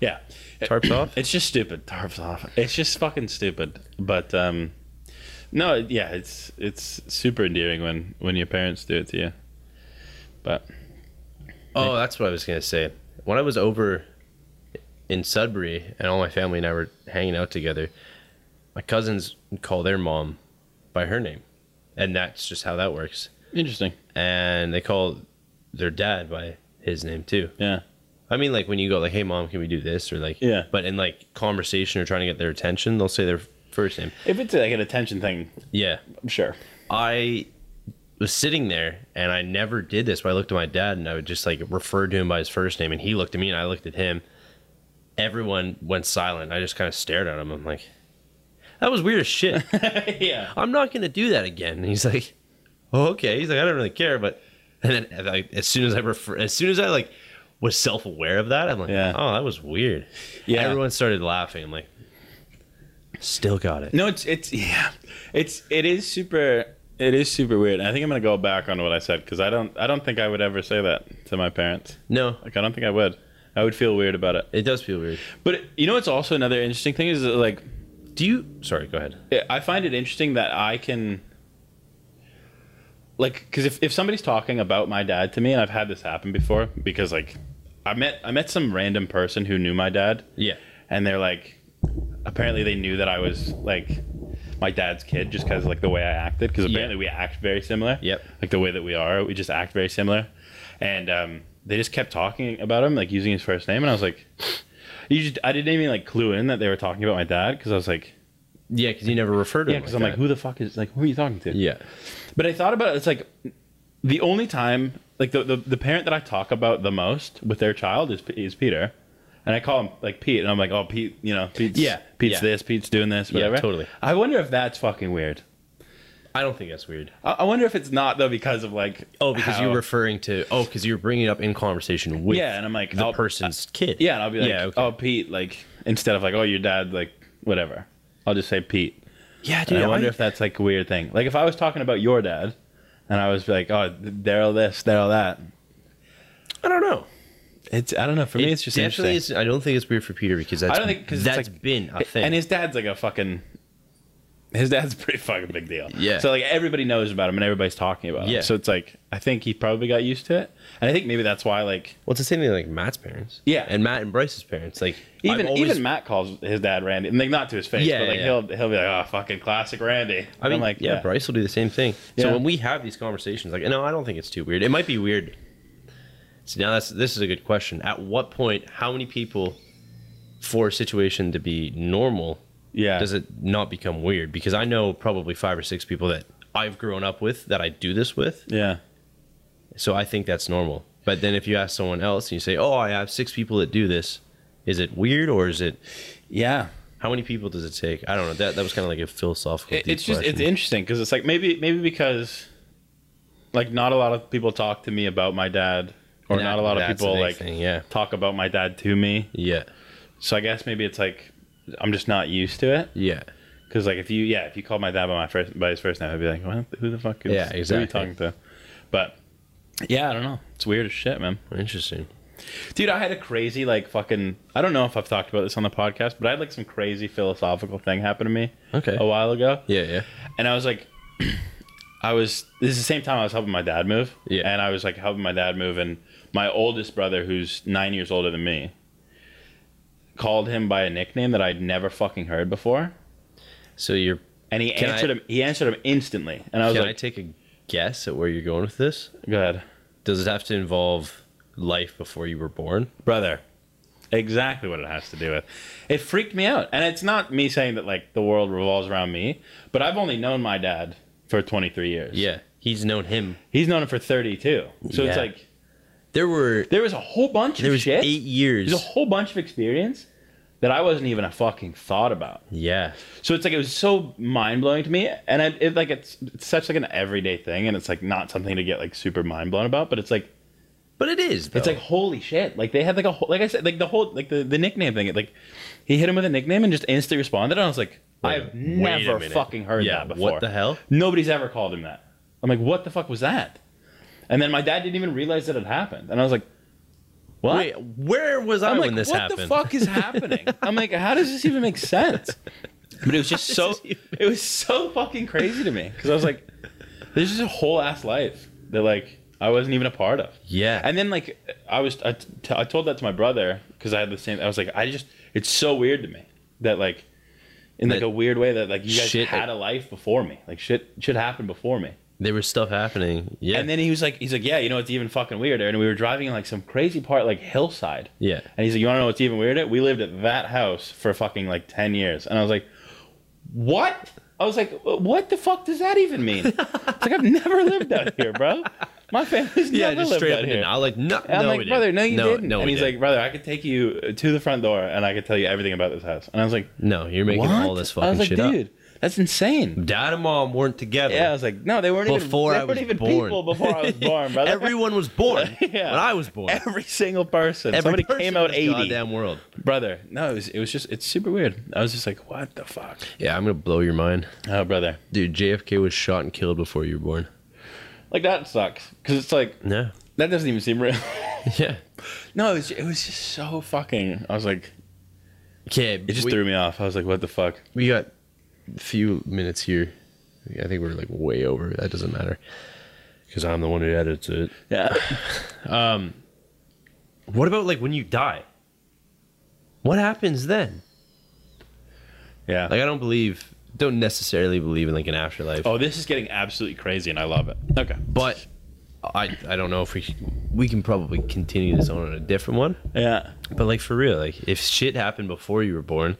Speaker 3: Yeah.
Speaker 2: tarps off.
Speaker 3: It's just stupid. Tarps off. It's just fucking stupid. But um, no, it- yeah, it's it's super endearing when when your parents do it to you. But
Speaker 2: Oh, that's what I was gonna say. When I was over in Sudbury and all my family and I were hanging out together, my cousins call their mom by her name, and that's just how that works.
Speaker 3: interesting.
Speaker 2: And they call their dad by his name too.
Speaker 3: Yeah.
Speaker 2: I mean, like when you go like, "Hey, mom, can we do this?" or like,
Speaker 3: Yeah.
Speaker 2: But in like conversation or trying to get their attention, they'll say their first name.
Speaker 3: If it's like an attention thing,
Speaker 2: Yeah,
Speaker 3: I'm sure.
Speaker 2: I was sitting there and I never did this, but I looked at my dad and I would just like refer to him by his first name, and he looked at me and I looked at him. Everyone went silent. I just kind of stared at him. I'm like, That was weird as shit.
Speaker 3: yeah.
Speaker 2: I'm not gonna do that again. And he's like, oh, okay. He's like, I don't really care, but and then and I, as soon as I refer, as soon as I like was self aware of that, I'm like,
Speaker 3: Yeah.
Speaker 2: oh, that was weird.
Speaker 3: Yeah.
Speaker 2: Everyone started laughing. I'm like, still got it.
Speaker 3: No, it's it's yeah, it's it is super it is super weird. I think I'm gonna go back on what I said because I don't I don't think I would ever say that to my parents.
Speaker 2: No,
Speaker 3: Like I don't think I would. I would feel weird about it.
Speaker 2: it does feel weird.
Speaker 3: But you know, what's also another interesting thing is that, like
Speaker 2: Do you? Sorry, go ahead.
Speaker 3: Yeah, I find it interesting that I can, like, because if, if somebody's talking about my dad to me, and I've had this happen before, because like, I met I met some random person who knew my dad,
Speaker 2: Yeah.
Speaker 3: and they're like, apparently they knew that I was like my dad's kid just because like the way I acted, because
Speaker 2: Yeah.
Speaker 3: apparently we act very similar.
Speaker 2: Yep.
Speaker 3: Like the way that we are, we just act very similar, and um, they just kept talking about him, like using his first name, and I was like, you just I didn't even like clue in that they were talking about my dad because I was like.
Speaker 2: Yeah, because you never refer to
Speaker 3: Yeah,
Speaker 2: him
Speaker 3: because I'm like,
Speaker 2: that.
Speaker 3: who the fuck is like, who are you talking to?
Speaker 2: Yeah.
Speaker 3: But I thought about it. It's like the only time, like the, the the parent that I talk about the most with their child is is Peter, and I call him like Pete, and I'm like, oh Pete, you know, Pete's
Speaker 2: Yeah,
Speaker 3: Pete's
Speaker 2: yeah.
Speaker 3: this, Pete's doing this,
Speaker 2: Yeah,
Speaker 3: whatever.
Speaker 2: totally.
Speaker 3: I wonder if that's fucking weird.
Speaker 2: I don't think that's weird.
Speaker 3: I, I wonder if it's not though because of like
Speaker 2: Oh, because
Speaker 3: how-
Speaker 2: you're referring to oh, because you're bringing it up in conversation with
Speaker 3: yeah, and I'm like
Speaker 2: the
Speaker 3: I'll-
Speaker 2: person's kid.
Speaker 3: yeah, and I'll be like,
Speaker 2: yeah, okay.
Speaker 3: oh Pete, like instead of like oh your dad like whatever, I'll just say Pete.
Speaker 2: "Oh, yeah, dude.
Speaker 3: And I wonder if that's like a weird thing. Like if I was talking about your dad, and I was like, "Oh, Daryl this, Daryl that."
Speaker 2: I don't know.
Speaker 3: It's I don't know. For me, it's just
Speaker 2: definitely
Speaker 3: interesting.
Speaker 2: is. I don't think it's weird for Peter because that's
Speaker 3: I don't think because
Speaker 2: that's
Speaker 3: it's like,
Speaker 2: been a thing.
Speaker 3: And his dad's like a fucking. His dad's a pretty fucking big deal.
Speaker 2: Yeah.
Speaker 3: So like everybody knows about him and everybody's talking about him.
Speaker 2: Yeah.
Speaker 3: So it's like I think he probably got used to it, and I think maybe that's why like
Speaker 2: well, it's the same thing like Matt's parents.
Speaker 3: Yeah.
Speaker 2: and Matt and Bryce's parents. Like
Speaker 3: even
Speaker 2: I've always-
Speaker 3: even Matt calls his dad Randy, and like not to his face,
Speaker 2: Yeah,
Speaker 3: but like
Speaker 2: yeah, yeah.
Speaker 3: he'll he'll be like, "Oh, fucking classic Randy."
Speaker 2: I mean,
Speaker 3: am like,
Speaker 2: yeah, Bryce will do the same thing. So
Speaker 3: Yeah.
Speaker 2: when we have these conversations, like, no, I don't think it's too weird. It might be weird. So now that's this is a good question. At what point, how many people, for a situation to be normal,
Speaker 3: yeah,
Speaker 2: does it not become weird? Because I know probably five or six people that I've grown up with that I do this with.
Speaker 3: yeah,
Speaker 2: So I think that's normal. But then if you ask someone else and you say, "Oh, I have six people that do this," is it weird or is it
Speaker 3: yeah.
Speaker 2: how many people does it take? I don't know. That that was kind of like a philosophical.
Speaker 3: It-
Speaker 2: deep
Speaker 3: it's just it's
Speaker 2: question.
Speaker 3: interesting because it's like maybe maybe because like not a lot of people talk to me about my dad or
Speaker 2: And
Speaker 3: not
Speaker 2: that-
Speaker 3: a lot of
Speaker 2: that's
Speaker 3: people
Speaker 2: the big
Speaker 3: like
Speaker 2: thing, yeah
Speaker 3: talk about my dad to me
Speaker 2: yeah
Speaker 3: so i guess maybe it's like i'm just not used to it
Speaker 2: yeah
Speaker 3: because like if you yeah if you called my dad by my first by his first name i'd be like well, who the fuck is
Speaker 2: Yeah,
Speaker 3: who are you
Speaker 2: exactly.
Speaker 3: talking to but yeah i don't know it's weird as shit man
Speaker 2: interesting.
Speaker 3: dude i had a crazy like fucking i don't know if i've talked about this on the podcast but i had like some crazy philosophical thing happen to me
Speaker 2: Okay.
Speaker 3: a while ago
Speaker 2: Yeah yeah
Speaker 3: and I was like, I was this is the same time I was helping my dad move,
Speaker 2: Yeah.
Speaker 3: and I was like helping my dad move, and my oldest brother, who's nine years older than me, called him by a nickname that I'd never fucking heard before,
Speaker 2: So you're
Speaker 3: and he
Speaker 2: Can I-
Speaker 3: answered him. He answered him instantly, and I
Speaker 2: can
Speaker 3: was
Speaker 2: I
Speaker 3: like,
Speaker 2: take a guess at where you're going with this?
Speaker 3: "Go ahead,
Speaker 2: Does it have to involve life before you were born?
Speaker 3: brother." Exactly what it has to do with. It freaked me out, and it's not me saying that like the world revolves around me, but I've only known my dad for 23 years.
Speaker 2: Yeah, he's known him.
Speaker 3: he's known him for 32, so
Speaker 2: Yeah.
Speaker 3: it's like.
Speaker 2: There were
Speaker 3: There was a whole bunch
Speaker 2: there
Speaker 3: of
Speaker 2: was
Speaker 3: shit.
Speaker 2: eight years.
Speaker 3: There's a whole bunch of experience that I wasn't even a fucking thought about.
Speaker 2: Yeah.
Speaker 3: So it's like it was so mind blowing to me, and I, it like it's, it's such like an everyday thing, and it's like not something to get like super mind blown about. But it's like
Speaker 2: But it is. Though.
Speaker 3: it's like holy shit! Like they had like a whole, like I said like the whole like the, the nickname thing. It, like he hit him with a nickname and just instantly responded, and I was like,
Speaker 2: Wait,
Speaker 3: I've
Speaker 2: wait a
Speaker 3: never
Speaker 2: minute.
Speaker 3: fucking heard
Speaker 2: Yeah,
Speaker 3: that before.
Speaker 2: What the hell?
Speaker 3: Nobody's ever called him that. I'm like, what the fuck was that? And then my dad didn't even realize that it happened, and I was like, what?
Speaker 2: Wait, where was I
Speaker 3: I'm
Speaker 2: when
Speaker 3: like,
Speaker 2: this
Speaker 3: what
Speaker 2: happened?
Speaker 3: the fuck is happening? I'm like, how does this even make sense? But it was just
Speaker 2: How
Speaker 3: so,
Speaker 2: does this even-
Speaker 3: it was so fucking crazy to me because I was like, there's just a whole ass life that like I wasn't even a part of.
Speaker 2: Yeah.
Speaker 3: And then like I was, I, t- I told that to my brother because I had the same. I was like, I just, it's so weird to me that like, in like
Speaker 2: That
Speaker 3: a weird way that like you guys
Speaker 2: shit-
Speaker 3: had a life before me. Like shit, shit happened before me.
Speaker 2: there was stuff happening. Yeah.
Speaker 3: And then he was like, he's like, yeah, you know, it's even fucking weirder. And we were driving in like some crazy part, like hillside.
Speaker 2: yeah.
Speaker 3: And he's like, "You want to know what's even weirder? We lived at that house for fucking like ten years." And I was like, "Uh, "What?" I was like, "What the fuck does that even mean?" it's like I've never lived out here, bro. My family's
Speaker 2: yeah,
Speaker 3: never
Speaker 2: just
Speaker 3: lived
Speaker 2: straight
Speaker 3: out
Speaker 2: up.
Speaker 3: here.
Speaker 2: I like no,
Speaker 3: And
Speaker 2: no,
Speaker 3: I'm
Speaker 2: we
Speaker 3: like,
Speaker 2: didn't.
Speaker 3: brother, no, you
Speaker 2: no,
Speaker 3: didn't.
Speaker 2: No,
Speaker 3: and
Speaker 2: we
Speaker 3: he's
Speaker 2: didn't.
Speaker 3: like, brother, I could take you to the front door and I could tell you everything about this house. And I was like,
Speaker 2: no, you're making
Speaker 3: what?
Speaker 2: all this fucking
Speaker 3: I was like,
Speaker 2: shit
Speaker 3: dude, that's insane.
Speaker 2: up. Dad and mom weren't together.
Speaker 3: Yeah, I was like, no, they weren't
Speaker 2: Before I
Speaker 3: even, they weren't
Speaker 2: was
Speaker 3: even
Speaker 2: born.
Speaker 3: people before I was born, brother.
Speaker 2: Everyone was born
Speaker 3: Yeah.
Speaker 2: when I was born.
Speaker 3: Every single person.
Speaker 2: Every
Speaker 3: Somebody
Speaker 2: person
Speaker 3: came out
Speaker 2: in this
Speaker 3: 80.
Speaker 2: Goddamn world.
Speaker 3: Brother. No, it was, it was just, it's super weird. I was just like, what the fuck?
Speaker 2: Yeah, I'm gonna blow your mind,
Speaker 3: Oh, brother.
Speaker 2: dude. JFK was shot and killed before you were born.
Speaker 3: Like, that sucks. Because it's like,
Speaker 2: Yeah,
Speaker 3: that doesn't even seem real.
Speaker 2: yeah.
Speaker 3: no, it was, it was just so fucking. I was like,
Speaker 2: Okay,
Speaker 3: it just
Speaker 2: we,
Speaker 3: threw me off. I was like, what the fuck?
Speaker 2: we got a few minutes here. I think we're like way over. That doesn't matter because I'm the one who edits it.
Speaker 3: Yeah.
Speaker 2: What about like when you die? What happens then?
Speaker 3: Yeah.
Speaker 2: Like I don't believe, don't necessarily believe in like an afterlife.
Speaker 3: oh, this is getting absolutely crazy and I love it. Okay.
Speaker 2: But I I don't know if we should- we can probably continue this on a different one.
Speaker 3: Yeah.
Speaker 2: But like for real, like if shit happened before you were born,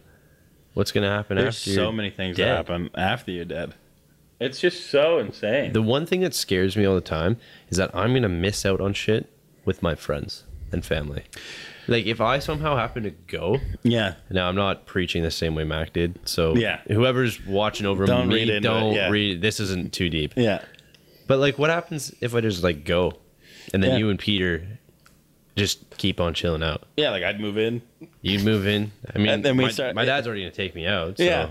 Speaker 2: what's gonna happen
Speaker 3: There's
Speaker 2: after?
Speaker 3: so
Speaker 2: you're
Speaker 3: many things
Speaker 2: dead?
Speaker 3: that happen after you're dead. It's just so insane.
Speaker 2: The one thing that scares me all the time is that I'm gonna miss out on shit with my friends and family. Like if I somehow happen to go,
Speaker 3: yeah.
Speaker 2: now I'm not preaching the same way Mac did. So
Speaker 3: Yeah.
Speaker 2: whoever's watching over
Speaker 3: Don't
Speaker 2: me,
Speaker 3: read into it,
Speaker 2: don't
Speaker 3: yeah.
Speaker 2: read. This isn't too deep.
Speaker 3: Yeah.
Speaker 2: But like, what happens if I just like go, and then
Speaker 3: Yeah.
Speaker 2: you and Peter just keep on chilling out?
Speaker 3: Yeah, like I'd move in.
Speaker 2: You move in. I mean,
Speaker 3: And then we
Speaker 2: my,
Speaker 3: start-
Speaker 2: my dad's already gonna take me out. So
Speaker 3: Yeah.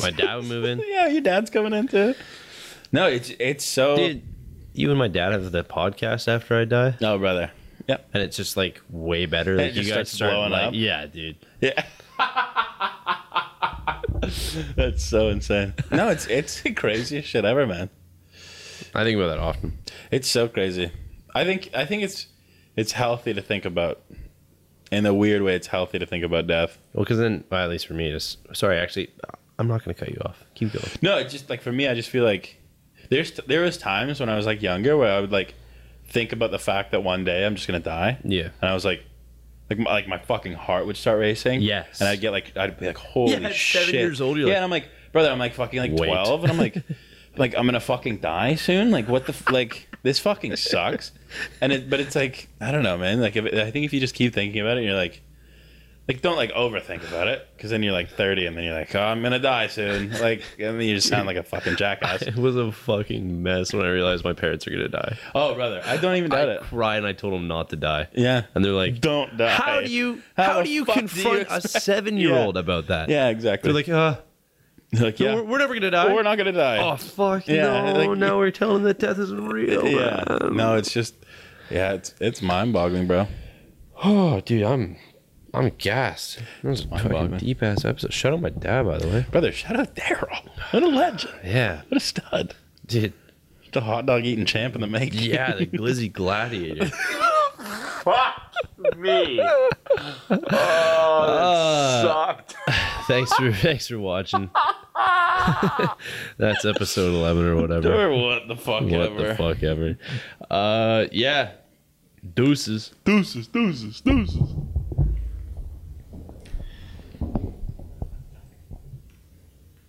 Speaker 2: my dad would move in.
Speaker 3: Yeah, your dad's coming in too. No, it's it's so
Speaker 2: Dude, you and my dad have the podcast after I die,
Speaker 3: No, brother. Yep.
Speaker 2: and it's just like way better.
Speaker 3: it
Speaker 2: Like you
Speaker 3: just
Speaker 2: guys
Speaker 3: starts
Speaker 2: start
Speaker 3: blowing
Speaker 2: like,
Speaker 3: up.
Speaker 2: yeah, dude.
Speaker 3: Yeah. That's so insane. No, it's it's the craziest shit ever, man.
Speaker 2: I think about that often.
Speaker 3: It's so crazy. I think I think it's it's healthy to think about. In a weird way, it's healthy to think about death.
Speaker 2: Well, because then, well, at least for me, just sorry. Actually, I'm not gonna cut you off. Keep going.
Speaker 3: No, it's just like for me, I just feel like there's there was times when I was like younger where I would like think about the fact that one day I'm just gonna die,
Speaker 2: Yeah.
Speaker 3: and I was like, like my, like my fucking heart would start racing.
Speaker 2: Yes.
Speaker 3: and I'd get like I'd be like, holy
Speaker 2: Yeah, at
Speaker 3: shit.
Speaker 2: seven years old, you're
Speaker 3: yeah,
Speaker 2: like-
Speaker 3: and I'm like, brother, I'm like fucking like
Speaker 2: Wait.
Speaker 3: twelve, and I'm like, like I'm gonna fucking die soon. Like what the f- like this fucking sucks. And it, but it's like I don't know, man. Like if, I think if you just keep thinking about it, you're like. Like don't like overthink about it, because then you're like 30, and then you're like, oh, I'm gonna die soon. Like, and then you just sound like a fucking jackass.
Speaker 2: It was a fucking mess when I realized my parents are gonna die.
Speaker 3: Oh, brother, I don't even doubt
Speaker 2: I
Speaker 3: it.
Speaker 2: cried and I told them not to die.
Speaker 3: Yeah,
Speaker 2: And they're like,
Speaker 3: don't die.
Speaker 2: How do you
Speaker 3: How
Speaker 2: how,
Speaker 3: the
Speaker 2: do you
Speaker 3: fuck do you
Speaker 2: confront a
Speaker 3: expect-
Speaker 2: seven year old about that?
Speaker 3: Yeah, exactly.
Speaker 2: They're like, uh,
Speaker 3: They're like, yeah,
Speaker 2: we're,
Speaker 3: we're,
Speaker 2: we're never gonna die.
Speaker 3: not gonna die.
Speaker 2: oh fuck
Speaker 3: Yeah,
Speaker 2: no!
Speaker 3: like-
Speaker 2: now we're telling them that death isn't real.
Speaker 3: yeah, Um,
Speaker 2: man.
Speaker 3: no, it's just, yeah, it's it's mind boggling, bro.
Speaker 2: Oh, dude, I'm I'm gassed. That was a fucking
Speaker 3: boggling.
Speaker 2: deep ass episode. Shout out my dad, by the way.
Speaker 3: Brother, shout out Daryl. What a legend.
Speaker 2: Yeah,
Speaker 3: What a stud.
Speaker 2: dude.
Speaker 3: Just a hot dog eating champ in the making.
Speaker 2: Yeah, the glizzy gladiator.
Speaker 3: Fuck me. Oh, sucked.
Speaker 2: Ah, thanks for thanks for watching. That's episode eleven or whatever.
Speaker 3: Or what the fuck
Speaker 2: What
Speaker 3: ever.
Speaker 2: the fuck ever. Uh, yeah. Deuces.
Speaker 3: Deuces, deuces, deuces.